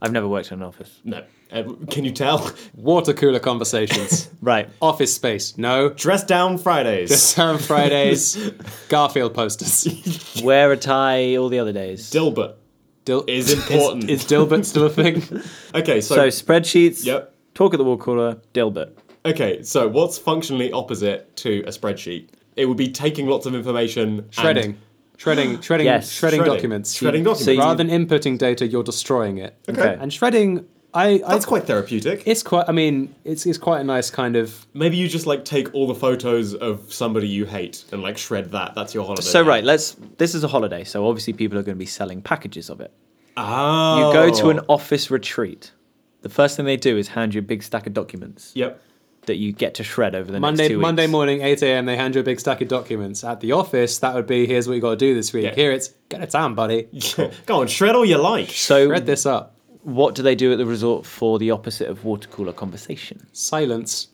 Speaker 1: I've never worked in an office.
Speaker 3: No, Uh, can you tell?
Speaker 2: water cooler conversations.
Speaker 1: Right.
Speaker 2: Office space, no.
Speaker 3: Dress down Fridays.
Speaker 2: Sam Fridays, Garfield posters.
Speaker 1: Wear a tie all the other days.
Speaker 3: Dilbert
Speaker 2: Dil-
Speaker 3: is important.
Speaker 2: Is Dilbert still a thing?
Speaker 3: okay,
Speaker 1: so
Speaker 3: so,
Speaker 1: spreadsheets.
Speaker 3: Yep.
Speaker 1: Talk at the wall cooler. Dilbert.
Speaker 3: okay, so what's functionally opposite to a spreadsheet? It would be taking lots of information, and-
Speaker 2: Shredding. Shredding, shredding,
Speaker 1: Yes.
Speaker 2: shredding,
Speaker 3: Shredding.
Speaker 2: documents.
Speaker 3: Shredding documents.
Speaker 1: So you-
Speaker 2: Rather than inputting data, you're destroying it.
Speaker 1: Okay.
Speaker 2: And shredding, I, I
Speaker 3: That's quite therapeutic.
Speaker 2: it's quite. I mean, it's it's quite a nice kind of.
Speaker 3: Maybe you just like take all the photos of somebody you hate and like shred that. That's your holiday.
Speaker 1: So right, let's. This is a holiday, so obviously people are going to be selling packages of it. You
Speaker 3: Oh.
Speaker 1: go to an office retreat. The first thing they do is hand you a big stack of documents
Speaker 3: Yep.
Speaker 1: that you get to shred over the next
Speaker 2: Monday,
Speaker 1: two weeks.
Speaker 2: Monday morning, 8 a.m., they hand you a big stack of documents. At the office, that would be here's what you got to do this week.
Speaker 3: Yeah.
Speaker 2: Here it's get a town, buddy.
Speaker 3: go on, shred all you like.
Speaker 1: So
Speaker 2: Shred this up.
Speaker 1: what do they do at the resort for the opposite of water cooler conversation?
Speaker 2: Silence.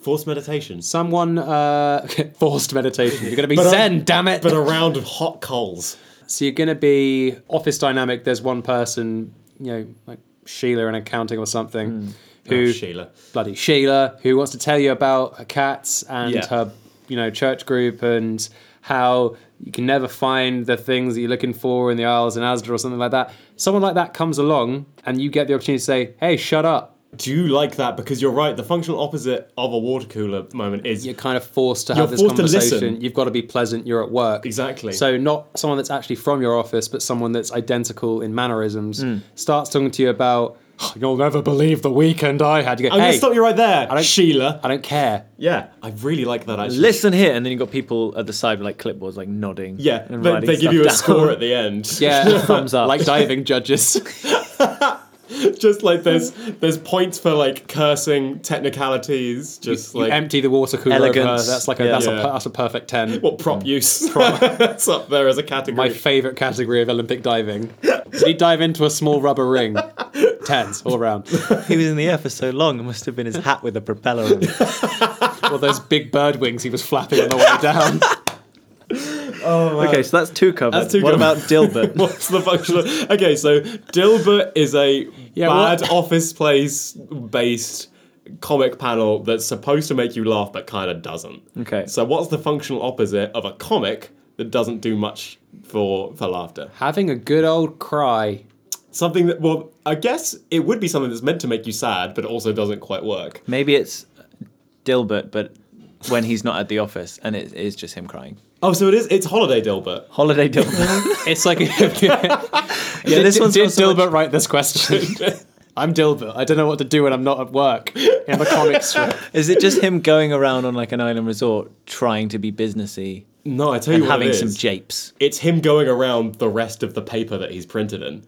Speaker 3: Forced meditation.
Speaker 2: Someone uh, forced meditation. You're gonna be
Speaker 1: uh,
Speaker 3: But I-
Speaker 2: zen, damn it.
Speaker 3: But around hot coals.
Speaker 2: So you're going to be office dynamic. There's one person, you know, like Sheila in accounting or something, who
Speaker 3: Oh, Sheila.
Speaker 2: bloody Sheila, who wants to tell you about her cats and
Speaker 3: Yeah.
Speaker 2: her, you know, church group and how you can never find the things that you're looking for in the aisles in Asda or something like that. Someone like that comes along and you get the opportunity to say, "Hey, shut up."
Speaker 3: Do you like that? Because you're right. The functional opposite of a water cooler moment is
Speaker 2: You're kind of forced to have this
Speaker 3: forced to listen.
Speaker 2: conversation. You've got to be pleasant. You're at work.
Speaker 3: Exactly.
Speaker 2: So not someone that's actually from your office, but someone that's identical in mannerisms
Speaker 3: Hmm.
Speaker 2: starts talking to you about. "Oh, You'll never believe the weekend I had. You go,
Speaker 3: I'm
Speaker 2: hey,
Speaker 3: gonna stop you right there,
Speaker 2: don't-
Speaker 3: Sheila.
Speaker 2: I don't care.
Speaker 3: Yeah, I really like that actually.
Speaker 1: Listen here, and then you've got people at the side with like clipboards, like nodding.
Speaker 3: yeah,
Speaker 1: and
Speaker 3: they,
Speaker 1: writing
Speaker 3: they give you a
Speaker 1: stuff down.
Speaker 3: score at the end.
Speaker 2: Yeah,
Speaker 1: Thumbs up.
Speaker 2: like diving judges.
Speaker 3: just like there's there's points for like cursing, technicalities, just
Speaker 2: You
Speaker 3: like
Speaker 2: empty the water cooler. over her.
Speaker 1: Elegance.
Speaker 2: That's like a
Speaker 1: Yeah.
Speaker 2: that's, A,
Speaker 3: Yeah.
Speaker 2: per- that's a perfect ten.
Speaker 3: what prop use. That's up there as a
Speaker 2: My
Speaker 3: category.
Speaker 2: favorite category of Olympic diving. Did he dive into a small rubber ring? Tens all round.
Speaker 1: He was in the air for so long, it must have been his hat with a propeller on it.
Speaker 2: Or those big bird wings he was flapping on the way down.
Speaker 1: okay, so that's two covered.
Speaker 3: That's two
Speaker 1: what about
Speaker 3: covered.
Speaker 1: Dilbert?
Speaker 3: What's the functional? Okay, so Dilbert is a
Speaker 2: Yeah,
Speaker 3: bad
Speaker 2: what-
Speaker 3: office place based comic panel that's supposed to make you laugh but kind of doesn't.
Speaker 1: Okay.
Speaker 3: So what's the functional opposite of a comic that doesn't do much for for laughter?
Speaker 2: Having a good old cry.
Speaker 3: Something that well, I guess it would be something that's meant to make you sad, but also doesn't quite work.
Speaker 1: Maybe it's Dilbert, but when he's not at the office, and it is just him crying.
Speaker 3: Oh, so it is. It's Holiday Dilbert.
Speaker 1: Holiday Dilbert.
Speaker 2: It's like yeah,
Speaker 1: this one's
Speaker 2: did
Speaker 1: got so
Speaker 2: Dilbert write this question? I'm Dilbert. I don't know what to do when I'm not at work. I'm a comic strip.
Speaker 1: is it just him going around on like an island resort trying to be businessy
Speaker 3: No, I tell
Speaker 1: and
Speaker 3: you what, it
Speaker 1: having
Speaker 3: is.
Speaker 1: some japes?
Speaker 3: it's him going around the rest of the paper that he's printed in.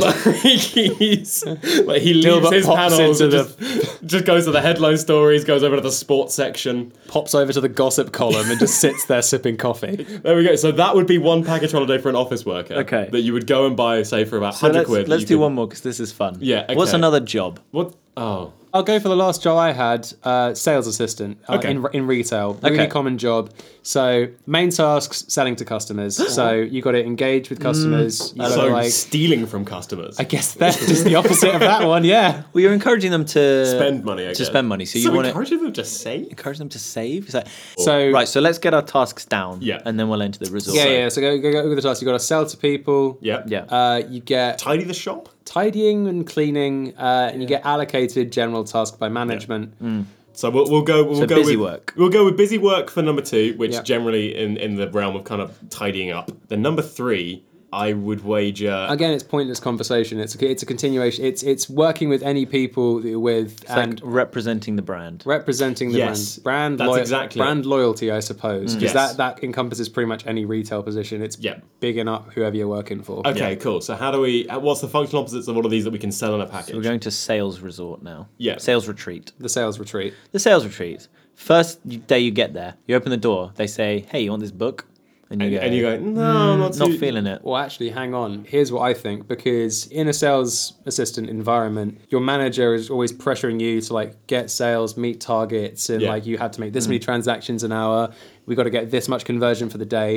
Speaker 3: like he's like he leaves
Speaker 2: Dilbert
Speaker 3: his
Speaker 2: pops
Speaker 3: panels and
Speaker 2: into
Speaker 3: just, just goes to the headline stories, goes over to the sports section.
Speaker 2: Pops over to the gossip column and just sits there sipping coffee.
Speaker 3: There we go. So that would be one package holiday for an office worker.
Speaker 1: Okay.
Speaker 3: That you would go and buy, say, for about
Speaker 1: So
Speaker 3: hundred
Speaker 1: let's,
Speaker 3: quid.
Speaker 1: let's
Speaker 3: You
Speaker 1: do
Speaker 3: could-
Speaker 1: one more because this is fun.
Speaker 3: Yeah,
Speaker 1: What's
Speaker 3: okay.
Speaker 1: another job?
Speaker 3: What? Oh,
Speaker 2: I'll go for the last job I had, uh, sales assistant uh,
Speaker 3: Okay.
Speaker 2: in, in retail. Really
Speaker 1: Okay.
Speaker 2: common job. So main tasks, selling to customers. so you got to engage with customers. you got
Speaker 3: so
Speaker 2: to like,
Speaker 3: stealing from customers.
Speaker 2: I guess that's just the opposite of that one. Yeah.
Speaker 1: Well, you're encouraging them to
Speaker 3: spend money. I
Speaker 1: to
Speaker 3: guess.
Speaker 1: spend money. So,
Speaker 3: so
Speaker 1: you want to
Speaker 3: encouraging them to save.
Speaker 1: encourage them to save. Is that
Speaker 2: So
Speaker 1: right? So let's get our tasks down.
Speaker 3: Yeah.
Speaker 1: and then we'll enter the resort.
Speaker 2: Yeah, yeah. So go, go, go with the task. You got to sell to people.
Speaker 3: Yeah.
Speaker 1: yeah.
Speaker 2: Uh, you get
Speaker 3: Tidy the shop.
Speaker 2: tidying and cleaning, uh, and you get allocated general task by management.
Speaker 3: Mm. So we'll, we'll go. We'll
Speaker 1: So
Speaker 3: go
Speaker 1: busy
Speaker 3: with,
Speaker 1: work.
Speaker 3: We'll go with busy work for number two, which
Speaker 2: Yeah.
Speaker 3: generally in in the realm of kind of tidying up. Then number three, I would wager.
Speaker 2: Again, it's pointless conversation. It's a, it's a continuation. It's it's working with any people that you're with
Speaker 1: Like
Speaker 2: and
Speaker 1: representing the brand.
Speaker 2: representing the
Speaker 3: Yes,
Speaker 2: brand. Brand,
Speaker 3: that's
Speaker 2: loyal-
Speaker 3: exactly Mm.
Speaker 2: brand loyalty, I suppose, because
Speaker 3: Yes.
Speaker 2: that that encompasses pretty much any retail position. It's
Speaker 3: Yeah.
Speaker 2: bigging up whoever you're working for.
Speaker 3: Okay, cool. So how do we? uh, What's the functional opposites of all of these that we can sell in a
Speaker 1: We're
Speaker 3: package?
Speaker 1: going to sales resort now.
Speaker 3: Yeah.
Speaker 1: Sales retreat.
Speaker 2: The sales retreat.
Speaker 1: The sales retreat. First day you get there, you open the door. They say, "Hey, you want this book?" And you go,
Speaker 3: and you go,
Speaker 2: Hmm,
Speaker 3: no, I'm not,
Speaker 1: "Not
Speaker 3: too-
Speaker 1: feeling it."
Speaker 2: Well, actually, hang on. Here's what I think because in a sales assistant environment, your manager is always pressuring you to like get sales, meet targets, and
Speaker 3: Yeah.
Speaker 2: like you have to make this many transactions an hour. We got to get this much conversion for the day.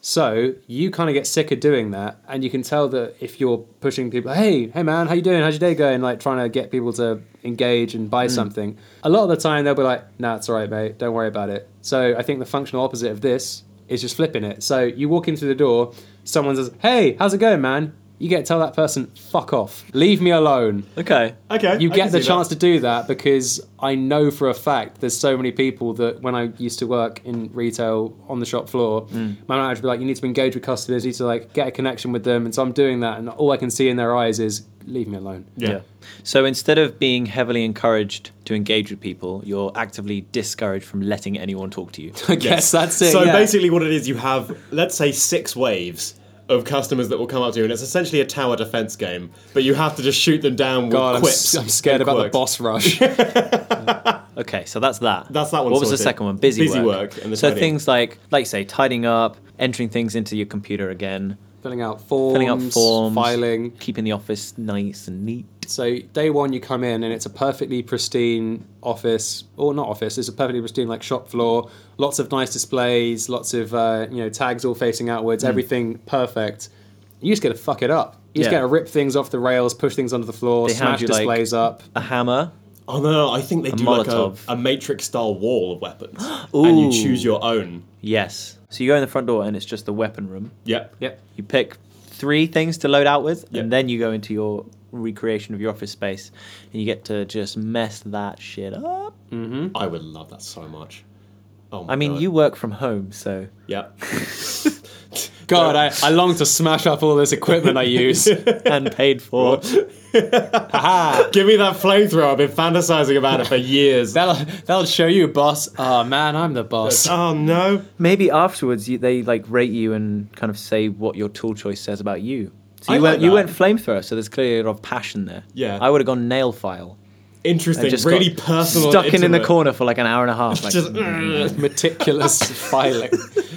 Speaker 2: So you kind of get sick of doing that, and you can tell that if you're pushing people, hey, hey man, how you doing? How's your day going? Like trying to get people to engage and buy something. A lot of the time they'll be like, nah, it's all right, mate. Don't worry about it. So I think the functional opposite of this is just flipping it. So you walk in through the door, someone says, "Hey, how's it going, man?" You get to tell that person, "Fuck off, leave me alone."
Speaker 1: Okay.
Speaker 3: Okay,
Speaker 2: You
Speaker 3: I
Speaker 2: get
Speaker 3: can
Speaker 2: the
Speaker 3: see that.
Speaker 2: chance to do that because I know for a fact there's so many people that when I used to work in retail on the shop floor,
Speaker 3: Mm.
Speaker 2: my manager would be like, "You need to engage with customers, you need to like get a connection with them," and so I'm doing that, and all I can see in their eyes is, "Leave me alone."
Speaker 3: Yeah.
Speaker 1: So instead of being heavily encouraged to engage with people, you're actively discouraged from letting anyone talk to you.
Speaker 2: I guess that's it.
Speaker 3: So
Speaker 2: yeah.
Speaker 3: basically, what it is, you have let's say six waves of customers that will come up to you, and it's essentially a tower defense game. But you have to just shoot them down with
Speaker 2: God, I'm,
Speaker 3: quips.
Speaker 2: s- I'm scared
Speaker 3: and
Speaker 2: about the
Speaker 3: quirks.
Speaker 2: boss rush.
Speaker 1: Okay, so that's that.
Speaker 3: That's that one
Speaker 1: What was the
Speaker 3: sorted.
Speaker 1: second one? Busy,
Speaker 3: Busy
Speaker 1: work.
Speaker 3: work and the
Speaker 1: so
Speaker 3: tidying.
Speaker 1: things like, like you say, tidying up, entering things into your computer again,
Speaker 2: filling out forms,
Speaker 1: filling out forms,
Speaker 2: filing.
Speaker 1: keeping the office nice and neat.
Speaker 2: So day one, you come in and it's a perfectly pristine office, or not office. It's a perfectly pristine like shop floor. Lots of nice displays, lots of uh, you know tags all facing
Speaker 1: Mm.
Speaker 2: outwards. Everything perfect. You just get to fuck it up. You just
Speaker 1: Yeah.
Speaker 2: get to rip things off the rails, push things onto the floor,
Speaker 1: They hand
Speaker 2: smash
Speaker 1: you, like-
Speaker 2: displays up.
Speaker 1: A hammer.
Speaker 3: Oh no, no, I think they do
Speaker 1: Molotov.
Speaker 3: like a, a matrix style wall of weapons, and you
Speaker 1: Ooh.
Speaker 3: choose your own.
Speaker 1: Yes. So you go in the front door and it's just the weapon room.
Speaker 3: Yep.
Speaker 2: Yep.
Speaker 1: You pick three things to load out with,
Speaker 3: Yeah.
Speaker 1: and then you go into your recreation of your office space, and you get to just mess that shit up.
Speaker 3: I would love that so much. Oh my
Speaker 1: Hmm. I mean,
Speaker 3: God.
Speaker 1: you work from home, so
Speaker 3: Yep.
Speaker 2: God, I, I long to smash up all this equipment I use. Ah,
Speaker 1: and paid for.
Speaker 2: Haha.
Speaker 3: Give me that flamethrower. I've been fantasizing about it for years.
Speaker 2: That'll, that'll show you, boss. Oh, man, I'm the boss.
Speaker 3: oh no.
Speaker 1: Maybe afterwards you, they like rate you and kind of say what your tool choice says about you. So
Speaker 3: I
Speaker 1: you
Speaker 3: like
Speaker 1: went you
Speaker 3: that.
Speaker 1: went flamethrower, so there's clearly a lot of passion there.
Speaker 3: Yeah.
Speaker 1: I would have gone nail file.
Speaker 3: Interesting.
Speaker 1: I just
Speaker 3: really
Speaker 1: got
Speaker 3: personal.
Speaker 1: Stuck
Speaker 3: and
Speaker 1: in in the
Speaker 3: intimate.
Speaker 1: corner for like an hour and a half. Like,
Speaker 3: Just, mm.
Speaker 2: Meticulous filing.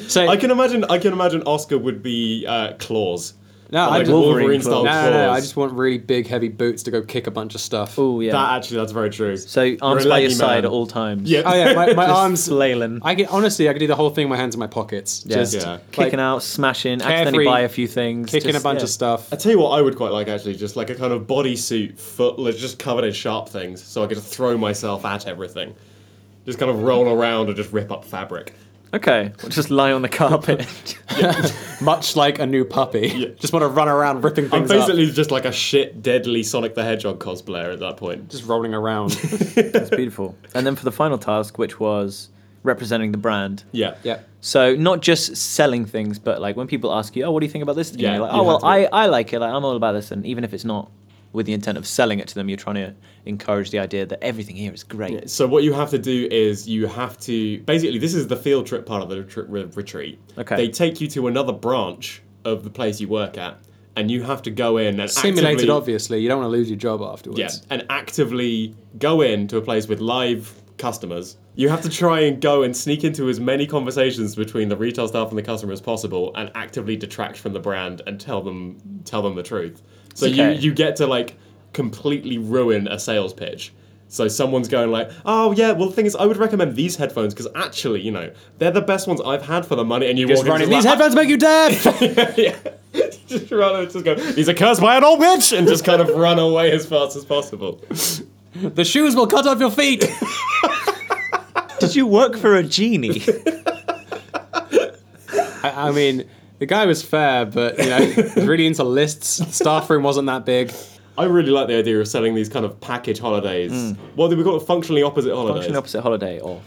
Speaker 2: So
Speaker 3: I can imagine. I can imagine Oscar would be uh, claws.
Speaker 2: No, I
Speaker 3: Like
Speaker 2: just,
Speaker 1: Ah, Wolverine
Speaker 3: Wolverine
Speaker 1: claws.
Speaker 3: style
Speaker 2: no, no, no, I
Speaker 3: claws.
Speaker 2: just want really big, heavy boots to go kick a bunch of stuff.
Speaker 1: Oh yeah.
Speaker 3: That actually, that's very true.
Speaker 1: so arms
Speaker 3: You're a
Speaker 1: by your
Speaker 3: leggy
Speaker 1: side
Speaker 3: man.
Speaker 1: at all times.
Speaker 3: Yeah.
Speaker 2: Oh yeah, my, my
Speaker 1: Just
Speaker 2: arms.
Speaker 1: flailing.
Speaker 2: I could honestly, I could do the whole thing with my hands in my pockets,
Speaker 1: Yeah.
Speaker 2: just
Speaker 3: Yeah.
Speaker 2: like,
Speaker 1: Kicking out, smashing, accidentally
Speaker 2: carefree,
Speaker 1: buy a few things,
Speaker 2: kicking
Speaker 1: just-
Speaker 2: a bunch
Speaker 1: yeah.
Speaker 2: of stuff.
Speaker 3: I tell you what, I would quite like actually, just like a kind of bodysuit, footless, just covered in sharp things, so I could just throw myself at everything, just kind of roll around and just rip up fabric.
Speaker 1: Okay, We'll just lie on the carpet.
Speaker 2: Much like a new puppy, just want to run around ripping
Speaker 3: I'm
Speaker 2: things up,
Speaker 3: basically just like a shit, deadly Sonic the Hedgehog cosplayer at that point.
Speaker 2: just rolling around.
Speaker 1: That's beautiful. And then for the final task, which was representing the brand.
Speaker 3: Yeah,
Speaker 2: yeah.
Speaker 1: So not just selling things, but like when people ask you, "Oh, what do you think about this?" You
Speaker 3: Yeah,
Speaker 1: know, like,
Speaker 3: you
Speaker 1: "Oh, well,
Speaker 3: have to-
Speaker 1: I, I like it. Like, I'm all about this." And even if it's not with the intent of selling it to them, you're trying to encourage the idea that everything here is great.
Speaker 3: So what you have to do is you have to basically this is the field trip part of the retri- re- retreat.
Speaker 1: Okay.
Speaker 3: They take you to another branch of the place you work at, and you have to go in and
Speaker 2: Simulated,
Speaker 3: actively,
Speaker 2: obviously. You don't want to lose your job afterwards.
Speaker 3: Yeah, and actively go in to a place with live customers. You have to try and go and sneak into as many conversations between the retail staff and the customer as possible, and actively detract from the brand and tell them tell them the truth. So
Speaker 1: Okay.
Speaker 3: you you get to like completely ruin a sales pitch. So someone's going like, "Oh yeah, well the thing is, I would recommend these headphones because actually, you know, they're the best ones I've had for the money." And you
Speaker 2: Just
Speaker 3: walk in
Speaker 2: running.
Speaker 3: and
Speaker 2: These
Speaker 3: like,
Speaker 2: headphones make you deaf.
Speaker 3: yeah. just run and just go, he's accursed by an old witch, and just kind of run away as fast as possible.
Speaker 2: the shoes will cut off your feet.
Speaker 1: Did you work for a genie?
Speaker 2: I, I mean, the guy was fair, but you know, he's really into lists. Staff room wasn't that big.
Speaker 3: I really like the idea of selling these kind of package holidays. Well, we call it Hmm. functionally opposite holidays.
Speaker 1: Function opposite holiday or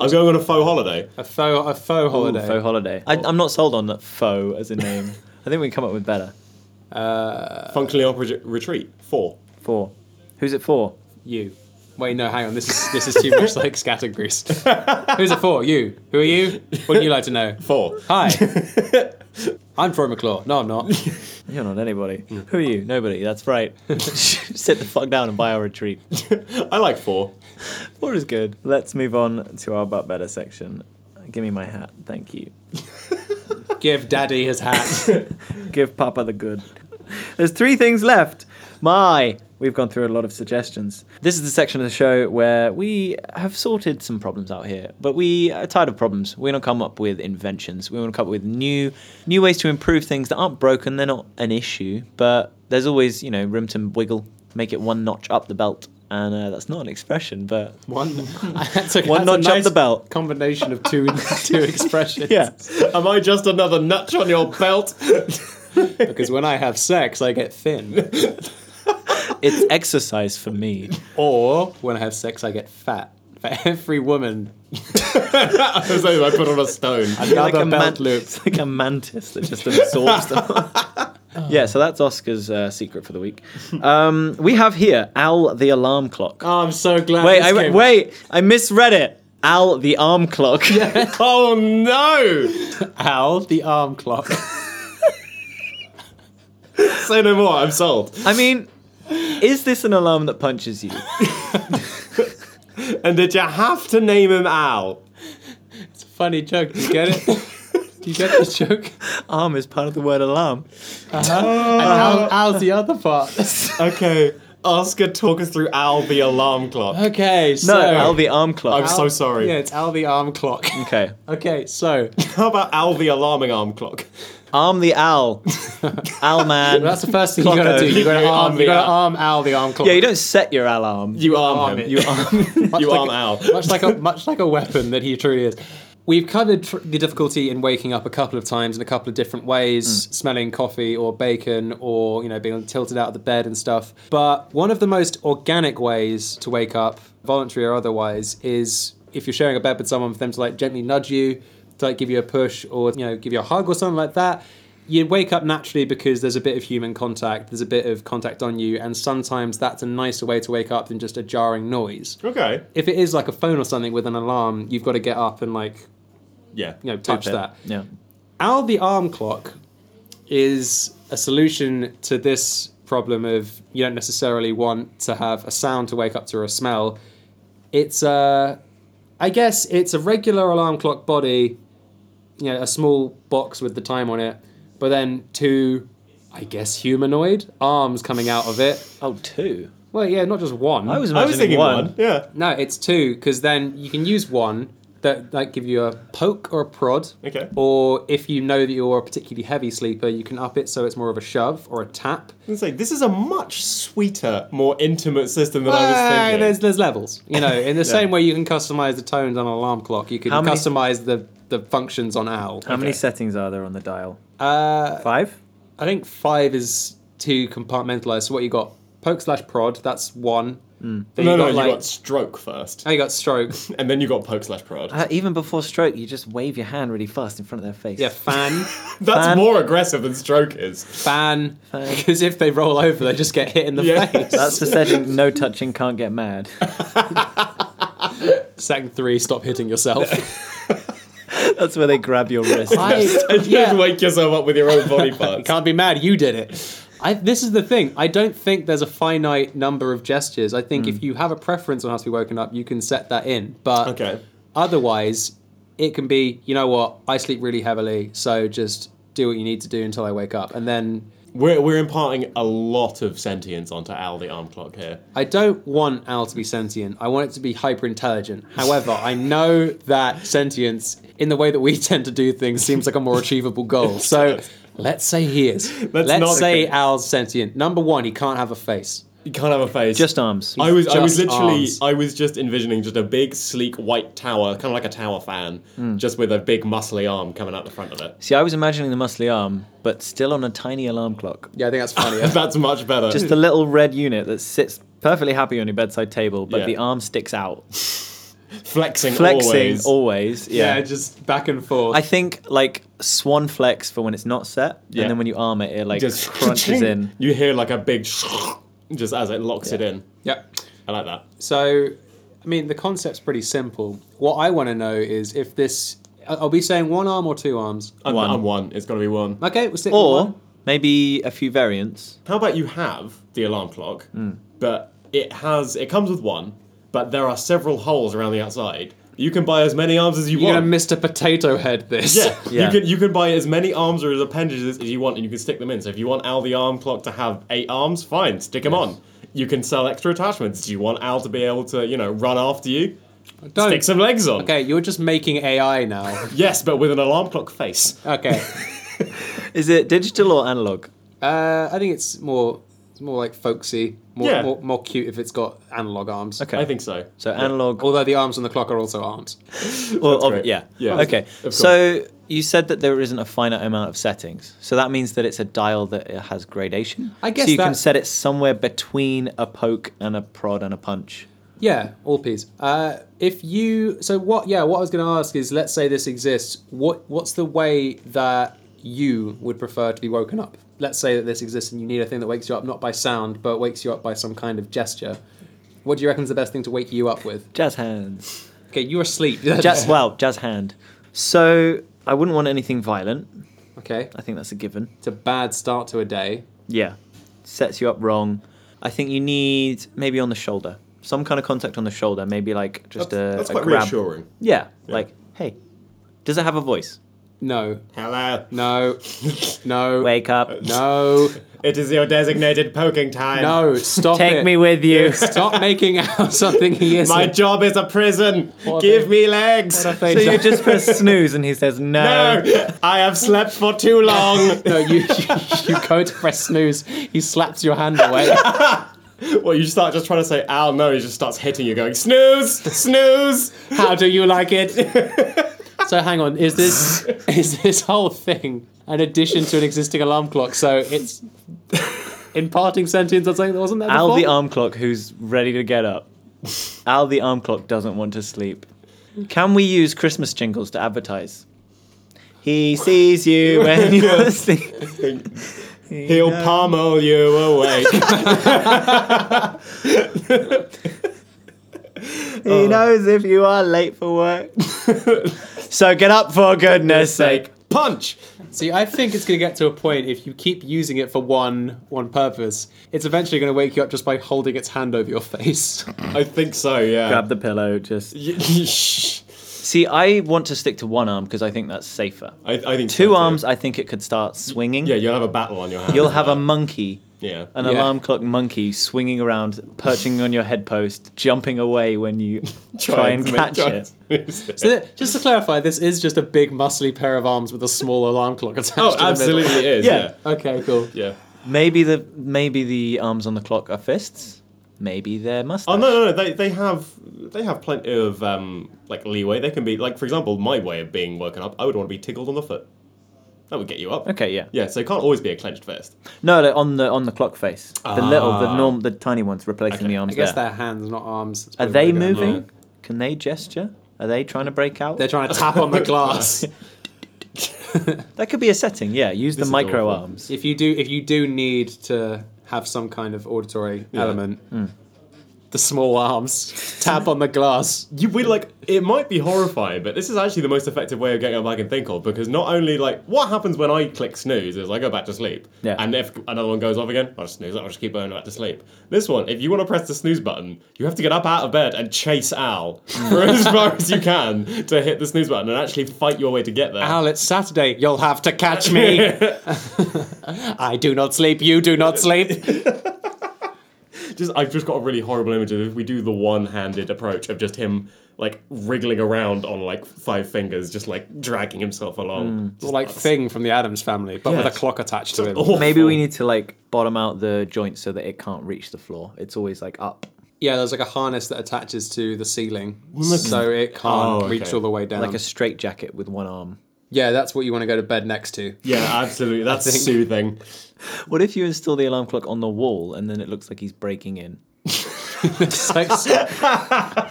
Speaker 3: I was going on a faux holiday.
Speaker 2: A faux, a
Speaker 1: holiday.
Speaker 2: faux holiday.
Speaker 1: faux holiday. I, I'm not sold on that faux as a name. I think we can come up with better.
Speaker 3: functionally opposite retreat. Four.
Speaker 1: Four. Who's it for?
Speaker 2: you. Wait, no, hang on. This is this is too much like scattered grease. Who's it for? You. Who are you? Wouldn't you like to know?
Speaker 3: Four.
Speaker 2: Hi. I'm Troy McClaw. No, I'm not.
Speaker 1: You're not anybody. Who are you? Nobody. That's right. Sit the fuck down and buy our retreat.
Speaker 3: I like four.
Speaker 1: Four is good. Let's move on to our butt better section. Give me my hat. Thank you.
Speaker 2: Give Daddy his hat.
Speaker 1: Give Papa the good. There's three things left. My, we've gone through a lot of suggestions. This is the section of the show where we have sorted some problems out here, but we are tired of problems. We want to come up with inventions. We want to come up with new, new ways to improve things that aren't broken. They're not an issue, but there's always you know room to wiggle, make it one notch up the belt. And uh, that's not an expression, but
Speaker 2: One. That's a,
Speaker 1: One
Speaker 2: that's a
Speaker 1: notch up
Speaker 2: nice
Speaker 1: the belt.
Speaker 2: Combination of two two expressions.
Speaker 1: yeah.
Speaker 3: Am I just another nutch on your belt?
Speaker 2: Because when I have sex, I get thin.
Speaker 1: It's exercise for me.
Speaker 2: Or when I have sex, I get fat. For every woman,
Speaker 3: As though I put on a stone.
Speaker 1: You're
Speaker 2: another belt
Speaker 1: man-
Speaker 2: loop.
Speaker 1: It's like a mantis that just absorbs them. Yeah, so that's Oscar's uh, secret for the week. Um, we have here Al the alarm clock.
Speaker 2: Oh, I'm so glad.
Speaker 1: wait,
Speaker 2: this
Speaker 1: I,
Speaker 2: came-
Speaker 1: wait, I misread it. Al the arm clock.
Speaker 3: Oh no!
Speaker 2: Al, the arm clock.
Speaker 3: Say no more. I'm sold.
Speaker 1: I mean, is this an alarm that punches you?
Speaker 3: And did you have to name him Al?
Speaker 2: Funny joke. Do you get it? Do you get this joke?
Speaker 1: Arm is part of the word alarm.
Speaker 2: Al, Al's the other part.
Speaker 3: Okay. Oscar, talk us through Al the alarm clock.
Speaker 2: Okay, so
Speaker 1: No, Al the arm clock.
Speaker 3: I'm so sorry.
Speaker 2: Yeah, it's Al the arm clock.
Speaker 1: okay.
Speaker 2: okay, so
Speaker 3: How about Al the alarming arm clock?
Speaker 1: Arm the owl. Owl man.
Speaker 2: that's the first thing you
Speaker 1: Clocko.
Speaker 2: gotta do. You gotta
Speaker 3: You
Speaker 2: arm,
Speaker 3: arm
Speaker 2: you
Speaker 3: the
Speaker 2: gotta
Speaker 3: Al.
Speaker 2: arm Al the arm clock.
Speaker 1: yeah, you don't set your alarm.
Speaker 3: You arm, him.
Speaker 2: it.
Speaker 3: You arm. you
Speaker 2: like
Speaker 3: arm
Speaker 2: a-
Speaker 3: Al.
Speaker 2: much like a much like a weapon that he truly is. We've covered tr- the difficulty in waking up a couple of times in a couple of different ways, smelling coffee or bacon, or you know being tilted out of the bed and stuff. But one of the most organic ways to wake up, voluntary or otherwise, is if you're sharing a bed with someone, for them to like gently nudge you, to like give you a push, or you know give you a hug or something like that. You wake up naturally because there's a bit of human contact, there's a bit of contact on you, and sometimes that's a nicer way to wake up than just a jarring noise
Speaker 3: Okay.
Speaker 2: if it is like a phone or something with an alarm, you've got to get up and like
Speaker 3: Yeah.
Speaker 2: you know touch
Speaker 1: Bit.
Speaker 2: that.
Speaker 1: Yeah.
Speaker 2: Al the arm clock is a solution to this problem of you don't necessarily want to have a sound to wake up to or a smell. It's a, I guess it's a regular alarm clock body, you know, a small box with the time on it, but then two I guess humanoid arms coming out of it.
Speaker 1: Oh, two.
Speaker 2: Well, yeah, not just one.
Speaker 1: I was
Speaker 3: I was thinking
Speaker 1: imagining
Speaker 3: one.
Speaker 1: one.
Speaker 3: Yeah.
Speaker 2: no, it's two because then you can use one that like give you a poke or a prod.
Speaker 3: Okay.
Speaker 2: Or if you know that you're a particularly heavy sleeper, you can up it so it's more of a shove or a tap.
Speaker 3: I was gonna say, this is a much sweeter, more intimate system than I was
Speaker 2: Well,
Speaker 3: thinking.
Speaker 2: there's there's levels, you know. In the same way you can customize the tones on an alarm clock, you can
Speaker 1: How many-
Speaker 2: customize the the functions on owl.
Speaker 1: How many settings are there on the dial?
Speaker 2: Uh,
Speaker 1: Five.
Speaker 2: I think five is too compartmentalized. So what you got? Poke slash prod. That's one.
Speaker 1: Hmm.
Speaker 2: Then
Speaker 3: no,
Speaker 2: you
Speaker 3: no,
Speaker 2: got,
Speaker 3: you
Speaker 2: like-
Speaker 3: got stroke first,
Speaker 2: oh, you got stroke.
Speaker 3: and then you got poke slash prod.
Speaker 1: Uh, even before stroke, you just wave your hand really fast in front of their face.
Speaker 2: Yeah, fan,
Speaker 3: That's
Speaker 1: fan-
Speaker 3: more aggressive than stroke is.
Speaker 2: fan. Because if they roll over, they just get hit in the
Speaker 3: Yeah.
Speaker 2: face.
Speaker 1: That's the setting. No touching, can't get mad.
Speaker 2: Setting three. Stop hitting yourself.
Speaker 1: That's where they grab your wrist.
Speaker 2: I,
Speaker 3: And you wake yourself up with your own body parts.
Speaker 2: Can't be mad. You did it. I, this is the thing. I don't think there's a finite number of gestures. I think
Speaker 3: Hmm.
Speaker 2: if you have a preference on how to be woken up, you can set that in. But
Speaker 3: Okay.
Speaker 2: otherwise, it can be. You know what? I sleep really heavily, so just do what you need to do until I wake up, and then
Speaker 3: We're, we're imparting a lot of sentience onto Al the arm clock here.
Speaker 2: I don't want Al to be sentient. I want it to be hyper intelligent. However, I know that sentience, in the way that we tend to do things, seems like a more achievable goal. So let's say he is. Let's,
Speaker 3: not-
Speaker 2: say Al's sentient. Number one, he can't have a face.
Speaker 3: You can't have a face.
Speaker 1: Just arms.
Speaker 3: I was I was
Speaker 2: just
Speaker 3: literally
Speaker 2: arms.
Speaker 3: I was just envisioning just a big sleek white tower, kind of like a tower fan,
Speaker 2: Hmm.
Speaker 3: just with a big muscly arm coming out the front of it.
Speaker 1: See, I was imagining the muscly arm, but still on a tiny alarm clock.
Speaker 2: Yeah, I think that's funnier.
Speaker 3: That's much better.
Speaker 1: Just the little red unit that sits perfectly happy on your bedside table, but
Speaker 3: Yeah.
Speaker 1: the arm sticks out,
Speaker 3: flexing,
Speaker 1: flexing always.
Speaker 3: always.
Speaker 1: yeah.
Speaker 2: just back and forth.
Speaker 1: I think like swan flex for when it's not set,
Speaker 3: Yeah.
Speaker 1: and then when you arm it, it like
Speaker 3: just
Speaker 1: crunches in.
Speaker 3: You hear like a big just as it locks it in.
Speaker 2: yep.
Speaker 3: I like that.
Speaker 2: So, I mean, the concept's pretty simple. What I want to know is if this. I- I'll be saying one arm or two arms.
Speaker 3: I'm
Speaker 1: One.
Speaker 3: one. I'm one. It's got to be one.
Speaker 2: Okay, we'll stick with
Speaker 1: Or
Speaker 2: one.
Speaker 1: maybe a few variants.
Speaker 3: How about you have the alarm clock,
Speaker 1: Hmm.
Speaker 3: but it has it comes with one, but there are several holes around the outside. You can buy as many arms as you
Speaker 2: You're
Speaker 3: want.
Speaker 2: going to Mr. Potato Head this.
Speaker 3: Yeah,
Speaker 1: Yeah.
Speaker 3: you can you can buy as many arms or as appendages as you want, and you can stick them in. So if you want Al the arm clock to have eight arms, fine, stick them on. You can sell extra attachments. Do you want Al to be able to you know run after you?
Speaker 2: Don't.
Speaker 3: Stick some legs on.
Speaker 2: Okay, you're just making AI now.
Speaker 3: Yes, but with an alarm clock face.
Speaker 2: Okay.
Speaker 1: Is it digital or analog?
Speaker 2: Uh, I think it's more it's more like folksy, more,
Speaker 3: Yeah.
Speaker 2: more more cute if it's got analog arms.
Speaker 1: Okay.
Speaker 3: I think so.
Speaker 1: So analog
Speaker 2: Although the arms on the clock are also arms.
Speaker 1: Well,
Speaker 3: That's
Speaker 1: ob-
Speaker 3: great.
Speaker 1: yeah.
Speaker 3: Yeah.
Speaker 1: Okay.
Speaker 3: Of course.
Speaker 1: So you said that there isn't a finite amount of settings. So that means that it's a dial that it has gradation.
Speaker 2: I guess
Speaker 1: so you can
Speaker 2: that-
Speaker 1: set it somewhere between a poke and a prod and a punch.
Speaker 2: Yeah, all P's. Uh, if you so what? Yeah, what I was going to ask is, let's say this exists. What what's the way that you would prefer to be woken up? Let's say that this exists and you need a thing that wakes you up, not by sound, but wakes you up by some kind of gesture. What do you reckon's the best thing to wake you up with?
Speaker 1: Jazz hands.
Speaker 2: Okay, you're asleep.
Speaker 1: Jazz well, jazz hand. So I wouldn't want anything violent.
Speaker 2: okay,
Speaker 1: I think that's a given.
Speaker 2: it's a bad start to a day.
Speaker 1: Yeah. Sets you up wrong. I think you need maybe on the shoulder. Some kind of contact on the shoulder, maybe like just a,
Speaker 3: that's
Speaker 1: uh, a
Speaker 3: quite
Speaker 1: grab.
Speaker 3: reassuring.
Speaker 1: Yeah, Like, hey. Does it have a voice?
Speaker 2: No,
Speaker 3: Hello.
Speaker 2: no, no.
Speaker 1: Wake up.
Speaker 2: No,
Speaker 3: It is your designated poking time.
Speaker 2: no, stop
Speaker 1: Take
Speaker 2: it.
Speaker 1: me with you.
Speaker 2: Stop making out something he isn't.
Speaker 3: My job is a prison.
Speaker 2: What
Speaker 3: Give
Speaker 2: a-
Speaker 3: me legs.
Speaker 2: If they
Speaker 1: So you
Speaker 2: don't-
Speaker 1: just press snooze and he says no.
Speaker 3: No, I have slept for too long.
Speaker 2: No, you, you, you go to press snooze, he slaps your hand away.
Speaker 3: well, you start just trying to say Al. No, he just starts hitting you, going snooze, snooze.
Speaker 2: How do you like it? So hang on, is this is this whole thing an addition to an existing alarm clock? So it's imparting sentience on something that wasn't there before?
Speaker 1: Al the arm clock who's ready to get up. Al the arm clock doesn't want to sleep. Can we use Christmas jingles to advertise? He sees you when you're asleep.
Speaker 3: He'll pummel you away.
Speaker 1: He knows if you are late for work. so get up for goodness sake.
Speaker 3: like punch.
Speaker 2: See, I think it's going to get to a point if you keep using it for one one purpose, it's eventually going to wake you up just by holding its hand over your face.
Speaker 3: I think so. Yeah.
Speaker 1: Grab the pillow, just
Speaker 3: the-
Speaker 1: See, I want to stick to one arm because I think that's safer.
Speaker 3: I, I think so,
Speaker 1: Two
Speaker 3: too.
Speaker 1: arms, I think it could start swinging.
Speaker 3: Yeah, you'll have a battle on your hands.
Speaker 1: You'll have a monkey,
Speaker 3: yeah.
Speaker 1: an
Speaker 2: Yeah.
Speaker 1: alarm clock monkey, swinging around, perching on your head post, jumping away when you try and catch it.
Speaker 3: it.
Speaker 2: So th- just to clarify, this is just a big, muscly pair of arms with a small alarm clock attached.
Speaker 3: oh,
Speaker 2: to the
Speaker 3: absolutely
Speaker 2: middle.
Speaker 3: it is.
Speaker 1: Yeah.
Speaker 3: Yeah.
Speaker 2: Okay, cool.
Speaker 3: yeah.
Speaker 1: Maybe the maybe the arms on the clock are fists. Maybe they're mustache.
Speaker 3: Oh no, no, no. They they have they have plenty of um like leeway. They can be like for example, my way of being woken up. I would want to be tickled on the foot. That would get you up.
Speaker 1: Okay, yeah.
Speaker 3: Yeah. So it can't always be a clenched fist.
Speaker 1: No, no, on the on the clock face. The little, the
Speaker 3: Ah.
Speaker 1: norm, the tiny ones replacing
Speaker 3: Okay.
Speaker 1: the
Speaker 2: I
Speaker 1: arms
Speaker 2: guess
Speaker 1: there.
Speaker 2: they're hands, not arms. That's
Speaker 1: Are
Speaker 2: probably
Speaker 1: they
Speaker 2: what they're going for.
Speaker 1: moving? Can they gesture? Are they trying to break out?
Speaker 2: They're trying to tap on the glass.
Speaker 1: That could be a setting. Yeah, use the
Speaker 3: is
Speaker 1: micro
Speaker 3: awful.
Speaker 1: arms.
Speaker 2: if you do, if you do need to have some kind of auditory element,
Speaker 1: Hmm.
Speaker 2: the small arms tap on the glass.
Speaker 3: You we like it might be horrifying, but this is actually the most effective way of getting up I can think of because not only like what happens when I click snooze is I go back to sleep.
Speaker 1: Yeah.
Speaker 3: And if another one goes off again, I'll just snooze, I'll just keep going back to sleep. This one, if you want to press the snooze button, you have to get up out of bed and chase Al for as far as you can to hit the snooze button and actually fight your way to get there.
Speaker 2: Al, it's Saturday. You'll have to catch me. I do not sleep. You do not sleep.
Speaker 3: Just I've just got a really horrible image of if we do the one handed approach of just him like wriggling around on like five fingers, just like dragging himself
Speaker 1: Hmm.
Speaker 3: along. Just
Speaker 2: like thing from the Adams family, but with
Speaker 3: Yes.
Speaker 2: a clock attached to it.
Speaker 3: awful.
Speaker 1: Maybe we need to like bottom out the joint so that it can't reach the floor. It's always like up,
Speaker 2: Yeah, there's like a harness that attaches to the ceiling, so it can't
Speaker 3: Oh,
Speaker 2: reach
Speaker 3: okay.
Speaker 2: all the way down.
Speaker 1: like a straight jacket with one arm.
Speaker 2: yeah, that's what you want to go to bed next to.
Speaker 3: Yeah, absolutely. That's soothing.
Speaker 1: What if you install the alarm clock on the wall and then it looks like he's breaking in?
Speaker 2: It's like- so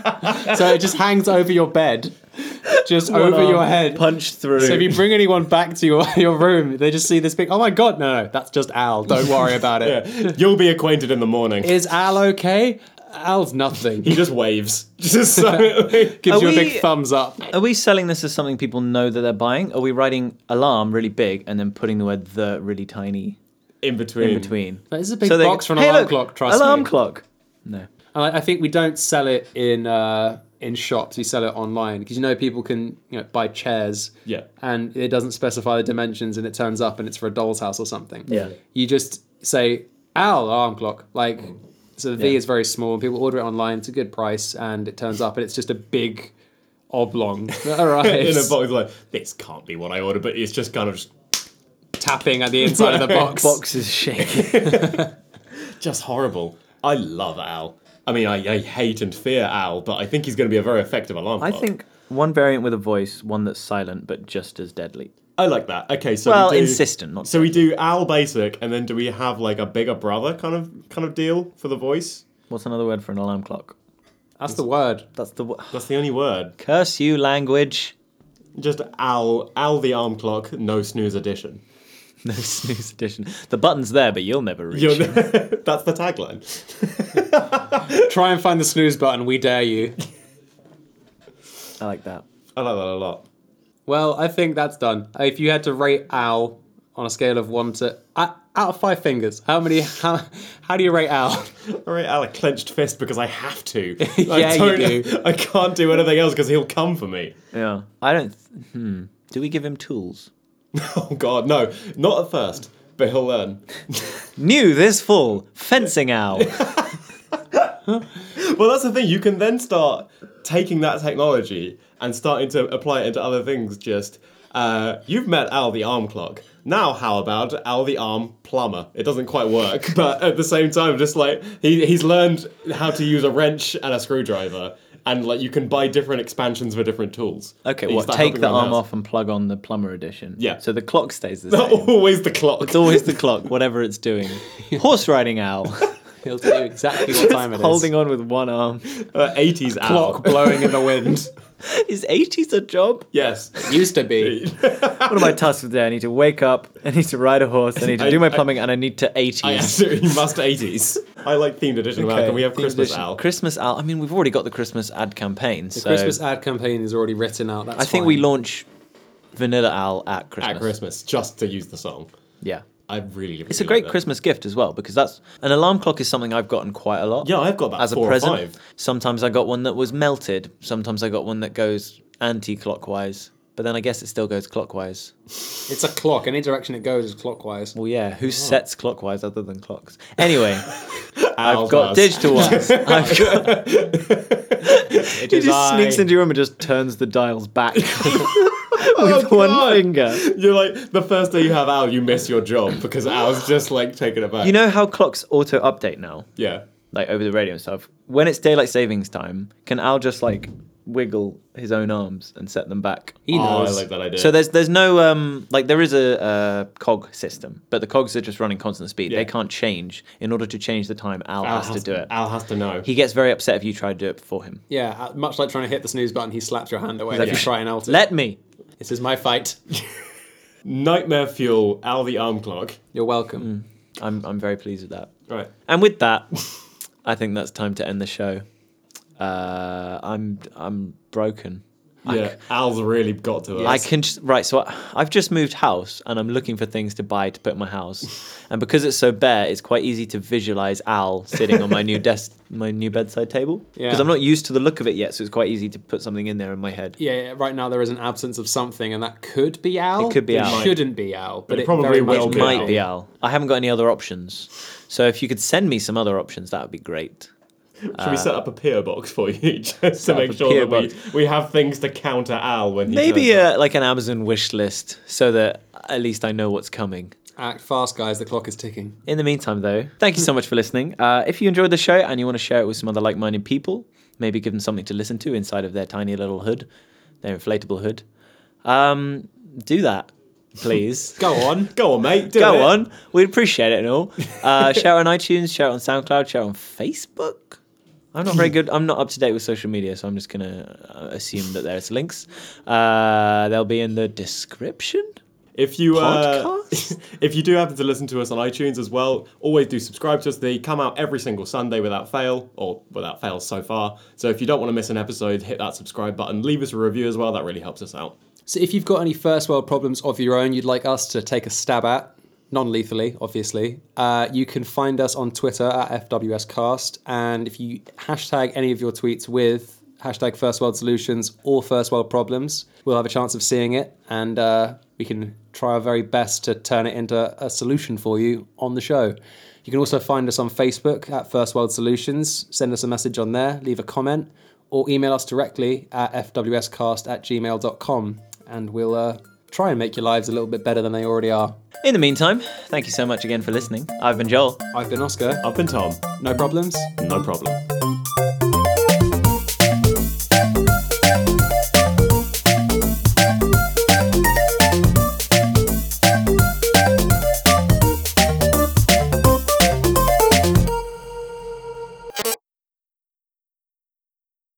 Speaker 2: it just hangs over your bed, just over your head.
Speaker 1: punched through.
Speaker 2: So if you bring anyone back to your, your room, they just see this big. Oh my god, no, no, that's just Al. Don't worry about it. Is
Speaker 3: Yeah. You'll be acquainted in the morning.
Speaker 2: Al okay? Al's nothing.
Speaker 3: he just waves. Just silently.
Speaker 1: Are
Speaker 2: Gives you a
Speaker 1: we-
Speaker 2: big thumbs up.
Speaker 1: Are we selling this as something people know that they're buying? Are we writing alarm really big and then putting the word the really tiny
Speaker 3: in between.
Speaker 1: in between?
Speaker 2: That is a big
Speaker 1: So they-
Speaker 2: box for an
Speaker 1: Hey,
Speaker 2: alarm
Speaker 1: look,
Speaker 2: clock. Trust
Speaker 1: alarm
Speaker 2: me.
Speaker 1: clock. No.
Speaker 2: And I, I think we don't sell it in uh, in shops. We sell it online because you know people can you know buy chairs.
Speaker 3: Yeah.
Speaker 2: And it doesn't specify the dimensions, and it turns up, and it's for a doll's house or something.
Speaker 1: Yeah.
Speaker 2: You just say "Owl alarm clock," like so. The V
Speaker 1: Yeah.
Speaker 2: is very small. People order it online. It's a good price, and it turns up, and it's just a big oblong that
Speaker 3: In a
Speaker 2: arrives,
Speaker 3: box, like this can't be what I ordered, but it's just kind of just,
Speaker 2: tapping at the inside of the box.
Speaker 1: Box is shaking.
Speaker 3: just horrible. I love Al. I mean, I, I hate and fear Al, but I think he's going to be a very effective alarm.
Speaker 1: I
Speaker 3: clock.
Speaker 1: think one variant with a voice, one that's silent but just as deadly.
Speaker 3: I like that. Okay, so
Speaker 1: Well,
Speaker 3: we do,
Speaker 1: insistent, not
Speaker 3: so we do Al basic, and then do we have like a bigger brother kind of kind of deal for the voice?
Speaker 1: What's another word for an alarm clock?
Speaker 2: That's the word.
Speaker 1: That's the wo-
Speaker 3: That's the only word.
Speaker 1: curse you language.
Speaker 3: Just Al, Al the arm clock, no snooze edition.
Speaker 1: No snooze edition. The button's there, but you'll never reach.
Speaker 3: You're, that's the tagline.
Speaker 2: Try and find the snooze button. We dare you.
Speaker 1: I like that.
Speaker 3: I like that a lot.
Speaker 2: Well, I think that's done. Uh, If you had to rate Al on a scale of one to uh, out of five fingers, how many? How, how do you rate Al?
Speaker 3: All right, Al, a clenched fist because I have to.
Speaker 2: Yeah,
Speaker 3: I
Speaker 2: you do.
Speaker 3: I can't do anything else because he'll come for me.
Speaker 1: Yeah. I don't. Th- hmm. Do we give him tools?
Speaker 3: Oh God, no, not at first, but he'll learn.
Speaker 1: New this fall. Fencing owl.
Speaker 3: Well, that's the thing. You can then start taking that technology and starting to apply it into other things. Just uh, you've met Al the arm clock. Now, how about Al the arm plumber? It doesn't quite work, but at the same time, just like he, he's learned how to use a wrench and a screwdriver, and like you can buy different expansions for different tools.
Speaker 1: Okay.
Speaker 3: You
Speaker 1: What?
Speaker 3: start
Speaker 1: Take
Speaker 3: helping
Speaker 1: the
Speaker 3: around
Speaker 1: arm
Speaker 3: house.
Speaker 1: off and plug on the plumber edition.
Speaker 3: Yeah.
Speaker 1: So the clock stays the same.
Speaker 3: Always the clock.
Speaker 1: It's always the clock, whatever it's doing. Horse riding owl.
Speaker 2: He'll tell you exactly what time it is.
Speaker 1: Holding on with one arm.
Speaker 3: Uh, 80s Al.
Speaker 2: clock blowing in the wind.
Speaker 1: Is 80s a job?
Speaker 3: Yes.
Speaker 2: Used to be.
Speaker 1: What am I tasked with today? I need to wake up, I need to ride a horse, I need to
Speaker 3: I-
Speaker 1: do my
Speaker 3: I-
Speaker 1: plumbing, and I need to 80s.
Speaker 3: I absolutely must 80s. I like themed edition. Wow, can we have
Speaker 1: Themed
Speaker 3: Christmas
Speaker 1: edition.
Speaker 3: Al?
Speaker 1: Christmas owl. I mean, we've already got the Christmas ad campaign, so
Speaker 2: Christmas ad campaign is already written out. That's
Speaker 1: I think
Speaker 2: fine.
Speaker 1: we launch Vanilla Owl at Christmas.
Speaker 3: At Christmas, just to use the song.
Speaker 1: Yeah.
Speaker 3: I really, really
Speaker 1: It's a great
Speaker 3: like that.
Speaker 1: Christmas gift as well because that's an alarm clock is something I've gotten quite a lot.
Speaker 3: Yeah, I've got about
Speaker 1: as a
Speaker 3: four
Speaker 1: present.
Speaker 3: or five.
Speaker 1: Sometimes I got one that was melted. Sometimes I got one that goes anti-clockwise, but then I guess it still goes clockwise.
Speaker 2: It's a clock. Any direction it goes is clockwise.
Speaker 1: Well, yeah, who sets clockwise other than clocks? Anyway, I've
Speaker 3: Al's
Speaker 1: got
Speaker 3: us.
Speaker 1: digital ones. I've got. it
Speaker 3: is
Speaker 1: just sneaks
Speaker 3: I.
Speaker 1: into your room and just turns the dials back with one
Speaker 3: God.
Speaker 1: finger.
Speaker 3: You're like the first day you have Al, you miss your job because Al's just like taking it back.
Speaker 1: You know how clocks auto update now,
Speaker 3: yeah.
Speaker 1: like over the radio and stuff? When it's daylight savings time, can Al just like wiggle his own arms and set them back?
Speaker 2: He
Speaker 3: Oh, I
Speaker 2: knows.
Speaker 3: like that idea.
Speaker 1: So there's there's no um like there is a, uh cog system, but the cogs are just running constant speed.
Speaker 3: Yeah.
Speaker 1: They can't change. In order to change the time, Al,
Speaker 3: Al
Speaker 1: has, to do it.
Speaker 3: Al has to know.
Speaker 1: He gets very upset if you try to do it before him.
Speaker 2: Yeah, uh, much like trying to hit the snooze button, he slaps your hand away.
Speaker 1: like,
Speaker 2: if you try and alt it.
Speaker 1: Let me.
Speaker 2: this is my fight.
Speaker 3: Nightmare fuel. Al the arm clock.
Speaker 2: You're welcome.
Speaker 1: I'm I'm very pleased with that.
Speaker 3: Right.
Speaker 1: And with that, I think that's time to end the show. Uh, I'm I'm broken.
Speaker 3: Yeah. Al's really got to us.
Speaker 1: I can just, right. So I, I've just moved house and I'm looking for things to buy to put in my house. and because it's so bare, it's quite easy to visualize Al sitting on my new desk, my new bedside table. Because
Speaker 2: Yeah.
Speaker 1: I'm not used to the look of it yet, so it's quite easy to put something in there in my head.
Speaker 2: Yeah, yeah, right now there is an absence of something, and that could be Al.
Speaker 1: It could be
Speaker 2: It
Speaker 1: Al.
Speaker 2: shouldn't be Al, but,
Speaker 3: it
Speaker 2: it
Speaker 3: probably
Speaker 2: very much
Speaker 3: will
Speaker 1: It
Speaker 3: Okay.
Speaker 1: might be Al. I haven't got any other options. So if you could send me some other options, that would be great.
Speaker 3: Should we set up a PO box for you just to
Speaker 1: uh, up
Speaker 3: make
Speaker 1: a
Speaker 3: sure
Speaker 1: PO
Speaker 3: that we,
Speaker 1: box.
Speaker 3: we have things to counter Al when he
Speaker 1: Maybe
Speaker 3: turns up?
Speaker 1: uh like an Amazon wish list so that at least I know what's coming.
Speaker 2: Act fast, guys. The clock is ticking.
Speaker 1: In the meantime, though, thank you so much for listening. Uh, if you enjoyed the show and you want to share it with some other like minded people, maybe give them something to listen to inside of their tiny little hood, their inflatable hood, um, do that, please.
Speaker 2: Go on.
Speaker 3: Go on, mate. Do
Speaker 1: uh, Go
Speaker 3: it.
Speaker 1: on. We'd appreciate it and all. Uh, share it on iTunes, share it on SoundCloud, share it on Facebook. I'm not very good. I'm not up to date with social media, so I'm just going to uh, assume that there's links. Uh, they'll be in the description.
Speaker 3: If you uh,
Speaker 1: Podcast?
Speaker 3: if you do happen to listen to us on iTunes as well, always do subscribe to us. They come out every single Sunday without fail, or without fail so far. So if you don't want to miss an episode, hit that subscribe button. Leave us a review as well. That really helps us out.
Speaker 2: So, if you've got any first world problems of your own you'd like us to take a stab at, non lethally, obviously, uh, you can find us on Twitter at FWScast. And if you hashtag any of your tweets with hashtag first world solutions or first world problems, we'll have a chance of seeing it. And uh, we can try our very best to turn it into a solution for you on the show. You can also find us on Facebook at First World Solutions. Send us a message on there, leave a comment or email us directly at fwscast at gmail.com and we'll uh, try and make your lives a little bit better than they already are.
Speaker 1: In the meantime, thank you so much again for listening. I've been Joel.
Speaker 2: I've been Oscar.
Speaker 3: I've been Tom.
Speaker 2: No problems?
Speaker 3: No problem.